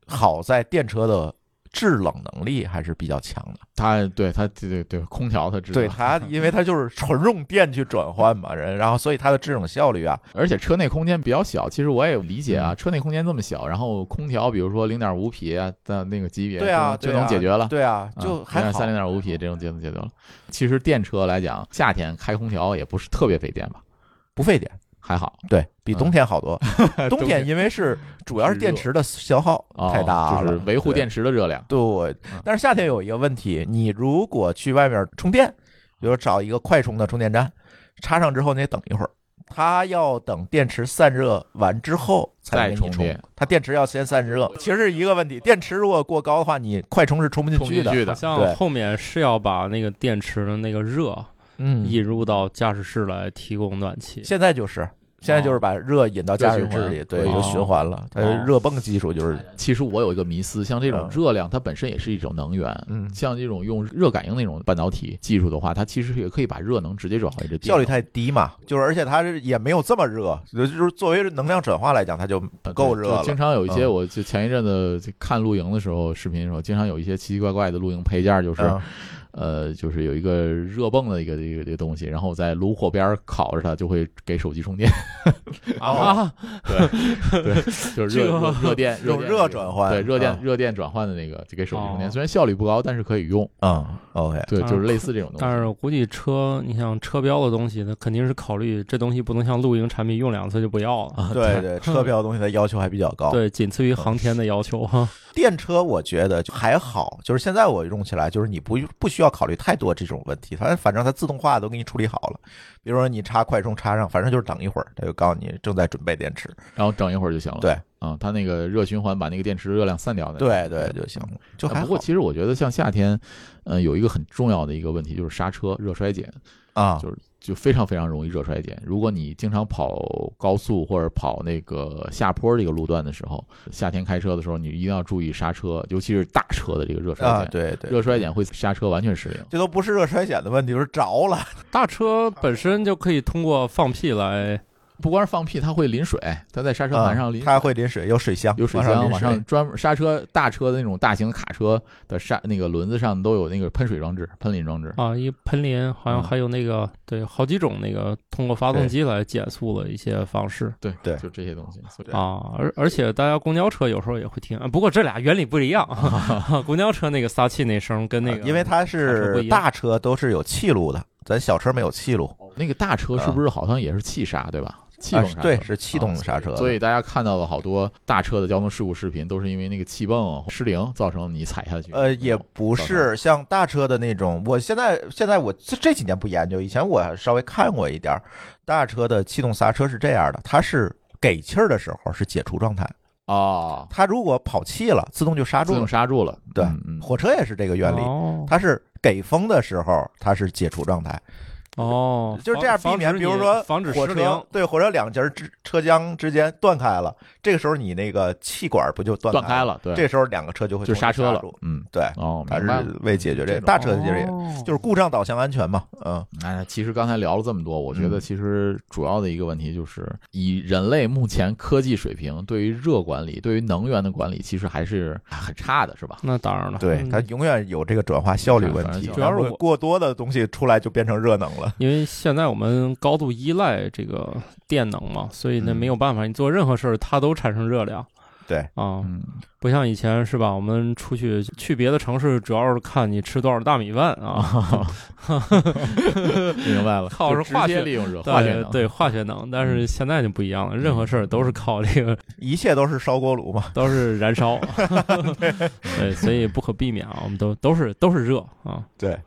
[SPEAKER 1] 好在电车的制冷能力还是比较强的。
[SPEAKER 2] 它对它对对对，空调它知道，
[SPEAKER 1] 对它，因为它就是纯用电去转换嘛，人，然后所以它的制冷效率啊，
[SPEAKER 2] 而且车内空间比较小，其实我也理解啊，
[SPEAKER 1] 嗯
[SPEAKER 2] 车内空间这么小，然后空调比如说零点五匹啊的那个级别，
[SPEAKER 1] 对啊，
[SPEAKER 2] 就
[SPEAKER 1] 对啊
[SPEAKER 2] 能就能解决了。
[SPEAKER 1] 对啊，就还好
[SPEAKER 2] 三。零点五匹这种节能解决了。其实电车来讲，夏天开空调也不是特别费电吧？
[SPEAKER 1] 不费电，
[SPEAKER 2] 还好，
[SPEAKER 1] 对比
[SPEAKER 2] 嗯
[SPEAKER 1] 冬天好 多。冬
[SPEAKER 2] 冬
[SPEAKER 1] 天
[SPEAKER 2] 天
[SPEAKER 1] 因为是主要是电池的消耗
[SPEAKER 2] 哦
[SPEAKER 1] 太大了，
[SPEAKER 2] 就是维护
[SPEAKER 1] 对
[SPEAKER 2] 电池的热量。
[SPEAKER 1] 对，
[SPEAKER 2] 嗯
[SPEAKER 1] 但是夏天有一个问题，你如果去外面充电，比如找一个快充的充电站，插上之后你得等一会儿，它要等电池散热完之后才能给你
[SPEAKER 2] 再充
[SPEAKER 1] 充
[SPEAKER 2] 电，
[SPEAKER 1] 它电池要先散热，其实是一个问题。电池如果过高的话，你快充是充不进
[SPEAKER 2] 充
[SPEAKER 1] 去
[SPEAKER 2] 进
[SPEAKER 1] 的。
[SPEAKER 2] 去
[SPEAKER 3] 好
[SPEAKER 2] 的，
[SPEAKER 1] 对
[SPEAKER 3] 像后面是要把那个电池的那个热
[SPEAKER 1] 嗯，
[SPEAKER 3] 引入到驾驶室来提供暖气。
[SPEAKER 1] 现在就是。现在就是把热引到驾驶室里，
[SPEAKER 2] 哦
[SPEAKER 1] 对，
[SPEAKER 2] 哦
[SPEAKER 1] 就循环了。它
[SPEAKER 2] 哦
[SPEAKER 1] 热泵技术就是，
[SPEAKER 2] 其实我有一个迷思，像这种
[SPEAKER 1] 嗯
[SPEAKER 2] 热量，它本身也是一种能源。
[SPEAKER 1] 嗯，
[SPEAKER 2] 像这种用热感应那种半导体技术的话，它其实也可以把热能直接转换成电。
[SPEAKER 1] 效率太低嘛，就是而且它是也没有这么热，就是作为能量转化来讲，它就
[SPEAKER 2] 呃
[SPEAKER 1] 够
[SPEAKER 2] 对
[SPEAKER 1] 热
[SPEAKER 2] 就
[SPEAKER 1] 了。
[SPEAKER 2] 经常有一些，
[SPEAKER 1] 嗯
[SPEAKER 2] 我就前一阵子就看露营的时候，视频的时候，经常有一些奇奇怪怪的露营配件儿，就是、
[SPEAKER 1] 嗯
[SPEAKER 2] 呃，就是有一个热泵的一个一个一个东西，然后在炉火边儿烤着它，就会给手机充电。
[SPEAKER 1] 哦，
[SPEAKER 3] 啊
[SPEAKER 2] 对，就是热
[SPEAKER 3] 这 个
[SPEAKER 2] 热热电，
[SPEAKER 1] 用
[SPEAKER 2] 电
[SPEAKER 1] 热转换
[SPEAKER 2] 对热电
[SPEAKER 1] 啊
[SPEAKER 2] 热电转换的那个就给手机充电，
[SPEAKER 3] 哦
[SPEAKER 2] 虽然效率不高，但是可以用。
[SPEAKER 1] 嗯，OK，
[SPEAKER 2] 对，
[SPEAKER 3] 但
[SPEAKER 2] 就是是类似这种东西。
[SPEAKER 3] 但是我估计车，你像车标的东西，它肯定是考虑这东西不能像露营产品用两次就不要了，
[SPEAKER 2] 啊，
[SPEAKER 1] 对对，车标东西的要求还比较高。，
[SPEAKER 3] 对，仅次于航天的要求
[SPEAKER 1] 哦
[SPEAKER 3] 哈。
[SPEAKER 1] 电车我觉得就还好，就是现在我用起来，就是你不不需要考虑太多这种问题，它反正它自动化都给你处理好了。比如说你插快充插上，反正就是等一会儿，它就告诉你正在准备电池。
[SPEAKER 2] 然后整一会儿就行了。
[SPEAKER 1] 对，
[SPEAKER 2] 啊，它那个热循环把那个电池热量散掉的。
[SPEAKER 1] 对对就行了，就
[SPEAKER 2] 啊。
[SPEAKER 1] 还
[SPEAKER 2] 不过
[SPEAKER 1] 好
[SPEAKER 2] 其实我觉得像夏天，嗯、有一个很重要的一个问题就是刹车热衰减，
[SPEAKER 1] 啊
[SPEAKER 2] 就。就非常非常容易热衰减。如果你经常跑高速或者跑那个下坡这个路段的时候，夏天开车的时候，你一定要注意刹车，尤其是大车的这个热衰减。
[SPEAKER 1] 啊，对对，
[SPEAKER 2] 热衰减会刹车完全失灵。
[SPEAKER 1] 这都不是热衰减的问题，就是着了。
[SPEAKER 3] 大车本身就可以通过放屁来，
[SPEAKER 2] 不光是放屁，它会淋水，它在刹车
[SPEAKER 1] 啊
[SPEAKER 2] 盘上淋水。
[SPEAKER 1] 它会淋水，有水箱，
[SPEAKER 2] 嗯有水
[SPEAKER 1] 往
[SPEAKER 2] 箱，
[SPEAKER 1] 淋
[SPEAKER 2] 往
[SPEAKER 1] 水
[SPEAKER 2] 上专门刹车大车的那种大型卡车的刹那个轮子上都有那个喷水装置、喷淋装置。
[SPEAKER 3] 啊，一喷淋，好
[SPEAKER 2] 嗯
[SPEAKER 3] 像还有那个、对，好几种那个通过发动机来减速的一些方式
[SPEAKER 2] 对
[SPEAKER 1] 对
[SPEAKER 2] 就这些东西。所以
[SPEAKER 1] 对
[SPEAKER 3] 啊。而而且大家公交车有时候也会听，啊、不过这俩原理不一样。啊公交车那个撒气那声跟那
[SPEAKER 1] 啊
[SPEAKER 3] 个，
[SPEAKER 1] 因为它
[SPEAKER 3] 刹车不
[SPEAKER 1] 是
[SPEAKER 3] 一样
[SPEAKER 1] 大车都是有气路的，咱小车没有气路，
[SPEAKER 2] 那个大车是不是好像也是气刹，对吧？气动
[SPEAKER 1] 啊
[SPEAKER 2] 刹车、
[SPEAKER 1] 对，是气动刹车的，
[SPEAKER 2] 所以大家看到了好多大车的交通事故视频，都是因为那个气泵失灵造成你踩下去。
[SPEAKER 1] 呃，也不
[SPEAKER 2] 造
[SPEAKER 1] 是像大车的那种。我现在现在我这这几年不研究，以前我稍微看过一点儿。大车的气动刹车是这样的，它是给气儿的时候是解除状态，
[SPEAKER 2] 哦，
[SPEAKER 1] 它如果跑气了，自动就刹
[SPEAKER 2] 自
[SPEAKER 1] 住
[SPEAKER 2] 动
[SPEAKER 1] 了。
[SPEAKER 2] 刹住了。
[SPEAKER 1] 对
[SPEAKER 2] 嗯嗯，
[SPEAKER 1] 火车也是这个原理，
[SPEAKER 3] 哦
[SPEAKER 1] 它是给风的时候它是解除状态，
[SPEAKER 3] 哦，
[SPEAKER 1] 就是这样避
[SPEAKER 3] 防
[SPEAKER 1] 免，
[SPEAKER 3] 防止
[SPEAKER 1] 比如
[SPEAKER 3] 你
[SPEAKER 1] 说
[SPEAKER 3] 防止
[SPEAKER 1] 火
[SPEAKER 3] 失灵
[SPEAKER 1] 车。对火车两节儿之车厢之间断开了，这个时候你那个气管不就断
[SPEAKER 2] 断
[SPEAKER 1] 开
[SPEAKER 2] 开？了，对，
[SPEAKER 1] 这时候两个车就会
[SPEAKER 2] 就
[SPEAKER 1] 同时
[SPEAKER 2] 刹车了
[SPEAKER 1] 住。。
[SPEAKER 2] 嗯，
[SPEAKER 1] 对，
[SPEAKER 2] 哦，
[SPEAKER 1] 它
[SPEAKER 2] 明白了
[SPEAKER 1] 是为解决这
[SPEAKER 2] 这
[SPEAKER 1] 个
[SPEAKER 2] 种
[SPEAKER 1] 大车其实也
[SPEAKER 3] 哦
[SPEAKER 1] 就是故障导向安全嘛，嗯，
[SPEAKER 2] 哎，其实刚才聊了这么多，我觉得
[SPEAKER 1] 嗯
[SPEAKER 2] 其实主要的一个问题就是，以人类目前科技水平，对于热管理、对于能源的管理，其实还是很差的，是吧？
[SPEAKER 3] 那当然了，
[SPEAKER 1] 对，
[SPEAKER 3] 嗯
[SPEAKER 1] 它永远有这个转化效率问题，
[SPEAKER 2] 主
[SPEAKER 3] 要
[SPEAKER 1] 然
[SPEAKER 3] 是
[SPEAKER 1] 后
[SPEAKER 3] 我
[SPEAKER 1] 过多的东西出来就变成热能了。
[SPEAKER 3] 因为现在我们高度依赖这个电能嘛，所以呢
[SPEAKER 2] 嗯
[SPEAKER 3] 没有办法，你做任何事儿它都产生热量。
[SPEAKER 1] 对
[SPEAKER 3] 啊，
[SPEAKER 2] 嗯，
[SPEAKER 3] 不像以前是吧？我们出去去别的城市，主要是看你吃多少大米饭啊，
[SPEAKER 2] 明白了，
[SPEAKER 3] 靠
[SPEAKER 2] 就是
[SPEAKER 3] 化
[SPEAKER 2] 直接
[SPEAKER 3] 学
[SPEAKER 2] 利用热化学
[SPEAKER 3] 对
[SPEAKER 2] 能，
[SPEAKER 3] 对化学能。但
[SPEAKER 1] 嗯
[SPEAKER 3] 是现在就不一样了，任何事儿都是靠这个，
[SPEAKER 1] 一切都是烧锅炉嘛，
[SPEAKER 3] 都是燃 烧，对，所以不可避免啊，我们都都是都是热啊，
[SPEAKER 1] 对。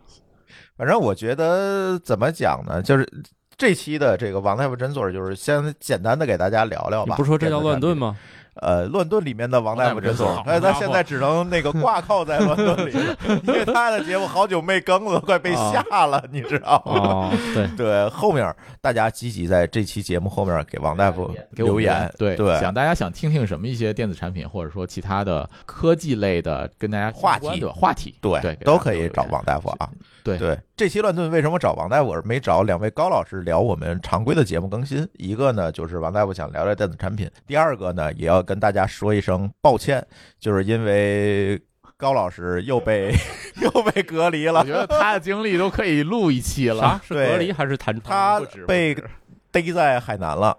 [SPEAKER 1] 反正我觉得怎么讲呢，就是这期的这个王大夫诊所，就是先简单的给大家聊聊
[SPEAKER 3] 你
[SPEAKER 1] 吧。
[SPEAKER 3] 不说这叫乱炖？吗？
[SPEAKER 1] 呃，乱炖里面的王大夫诊所
[SPEAKER 2] 王，大
[SPEAKER 1] 哎，
[SPEAKER 2] 夫诊所
[SPEAKER 1] 他现在只能那个挂靠在乱炖里了， 因为他的节目好久没更了，都快被下了，你知道吗？
[SPEAKER 3] 哦，对，
[SPEAKER 1] 对，后面大家积极在这期节目后面给王大夫
[SPEAKER 2] 给我
[SPEAKER 1] 留
[SPEAKER 2] 们
[SPEAKER 1] 言，
[SPEAKER 2] 对
[SPEAKER 1] 对，
[SPEAKER 2] 想大家想听听什么一些电子产品，或者说其他的科技类的跟大家
[SPEAKER 1] 话
[SPEAKER 2] 相关
[SPEAKER 1] 题
[SPEAKER 2] 的话题，
[SPEAKER 1] 对，
[SPEAKER 2] 对，给
[SPEAKER 1] 都
[SPEAKER 2] 大家
[SPEAKER 1] 可
[SPEAKER 2] 留
[SPEAKER 1] 以
[SPEAKER 2] 言
[SPEAKER 1] 找王大夫啊。
[SPEAKER 2] 对
[SPEAKER 1] 对，这期乱炖为什么找王大夫，啊嗯而没找两位高老师聊我们常规的节目更新？一个呢，就是王大夫想聊聊电子产品；第二个呢，也要跟大家说一声抱歉，就是因为高老师又 被又被隔离
[SPEAKER 2] 我
[SPEAKER 1] 了啊
[SPEAKER 2] 觉，得他的经历都可以录一期了
[SPEAKER 3] 啥。是
[SPEAKER 1] 对
[SPEAKER 3] 隔离还是弹窗？
[SPEAKER 1] 他
[SPEAKER 2] 不止不
[SPEAKER 1] 被
[SPEAKER 2] 止
[SPEAKER 1] 逮在海南了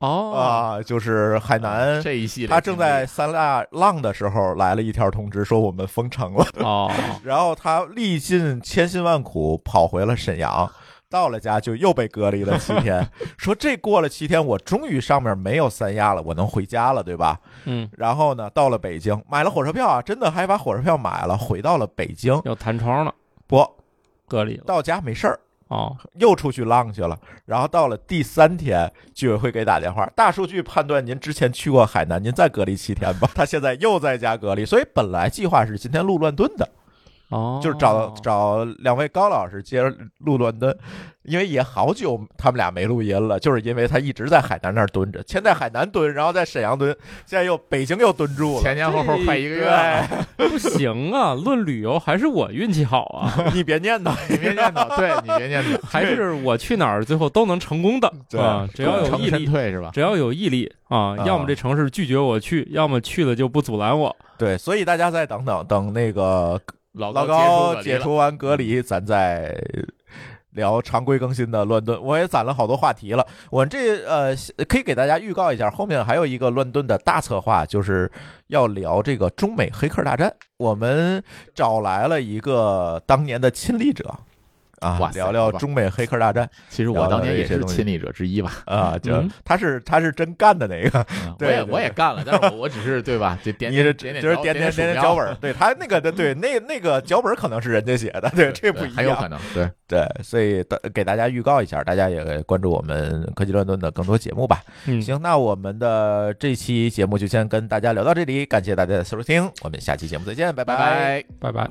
[SPEAKER 3] 哦，
[SPEAKER 1] 啊，就是海南。
[SPEAKER 2] 这一系列经历，
[SPEAKER 1] 他正在三亚浪的时候，来了一条通知说我们封城了。
[SPEAKER 3] 哦，
[SPEAKER 1] 然后他历尽千辛万苦跑回了沈阳，到了家就又被隔离了七天，说这过了七天，我终于上面没有三亚了，我能回家了，对吧？
[SPEAKER 3] 嗯，
[SPEAKER 1] 然后呢，到了北京，买了火车票啊，真的还把火车票买了，回到了北京，
[SPEAKER 3] 要弹窗了，
[SPEAKER 1] 不
[SPEAKER 3] 隔离了
[SPEAKER 1] 到家没事儿。
[SPEAKER 3] 哦，
[SPEAKER 1] 又出去浪去了，然后到了第三天，居委会给打电话，大数据判断您之前去过海南，您再隔离七天吧。他现在又在家隔离，所以本来计划是今天录乱炖的，
[SPEAKER 3] 哦，
[SPEAKER 1] 就是找找两位高老师接着录乱炖，因为也好久他们俩没录音了，就是因为他一直在海南那儿蹲着，先在海南蹲，然后在沈阳蹲，现在又北京又蹲住了
[SPEAKER 2] 前。前后后快一个月了。
[SPEAKER 1] 对，
[SPEAKER 3] 不行啊！论旅游还是我运气好啊，
[SPEAKER 1] 你别念叨，
[SPEAKER 2] 你别念叨，对你别念 叨，
[SPEAKER 3] 还是我去哪儿最后都能成功的
[SPEAKER 1] 对
[SPEAKER 3] 啊！只要有
[SPEAKER 2] 成
[SPEAKER 3] 毅
[SPEAKER 2] 身
[SPEAKER 3] 力，
[SPEAKER 2] 退是吧？
[SPEAKER 3] 只要有毅力啊，
[SPEAKER 1] 啊
[SPEAKER 3] 要么这城市拒绝我去，要么去了就不阻拦我。
[SPEAKER 1] 对，所以大家再等等，等那个
[SPEAKER 2] 老
[SPEAKER 1] 老
[SPEAKER 2] 高
[SPEAKER 1] 高解
[SPEAKER 2] 除
[SPEAKER 1] 除完隔
[SPEAKER 2] 嗯
[SPEAKER 1] 离，咱再聊常规更新的乱炖。我也攒了好多话题了，我这呃可以给大家预告一下，后面还有一个乱炖的大策划，就是要聊这个中美黑客大战。我们找来了一个当年的亲历者。啊
[SPEAKER 2] 哇，塞
[SPEAKER 1] 聊聊
[SPEAKER 2] 好吧
[SPEAKER 1] 中美黑客大战
[SPEAKER 2] 其实我
[SPEAKER 1] 聊
[SPEAKER 2] 当
[SPEAKER 1] 聊
[SPEAKER 2] 年
[SPEAKER 1] 这
[SPEAKER 2] 也
[SPEAKER 1] 些
[SPEAKER 2] 是
[SPEAKER 1] 东西
[SPEAKER 2] 亲历者之 一吧，
[SPEAKER 1] 啊，就
[SPEAKER 3] 嗯
[SPEAKER 1] 他是他是真干的那个，
[SPEAKER 2] 嗯我
[SPEAKER 1] 对
[SPEAKER 2] 也
[SPEAKER 1] 对
[SPEAKER 2] 我也干了，但是我我只是对吧？就点
[SPEAKER 1] 你是就
[SPEAKER 2] 点
[SPEAKER 1] 是
[SPEAKER 2] 点点
[SPEAKER 1] 点点
[SPEAKER 2] 脚点
[SPEAKER 1] 点
[SPEAKER 2] 鼠
[SPEAKER 1] 脚
[SPEAKER 2] 标
[SPEAKER 1] 本儿，对他那个的对那那个脚本可能是人家写的，对这不一样，
[SPEAKER 2] 很有可能对。
[SPEAKER 1] 对，所以大给大家预告一下，大家也关注我们科技乱炖的更多节目吧。
[SPEAKER 3] 嗯，
[SPEAKER 1] 行，那我们的这期节目就先跟大家聊到这里，感谢大家的收听，我们下期节目再见，
[SPEAKER 2] 拜拜。
[SPEAKER 3] 拜拜。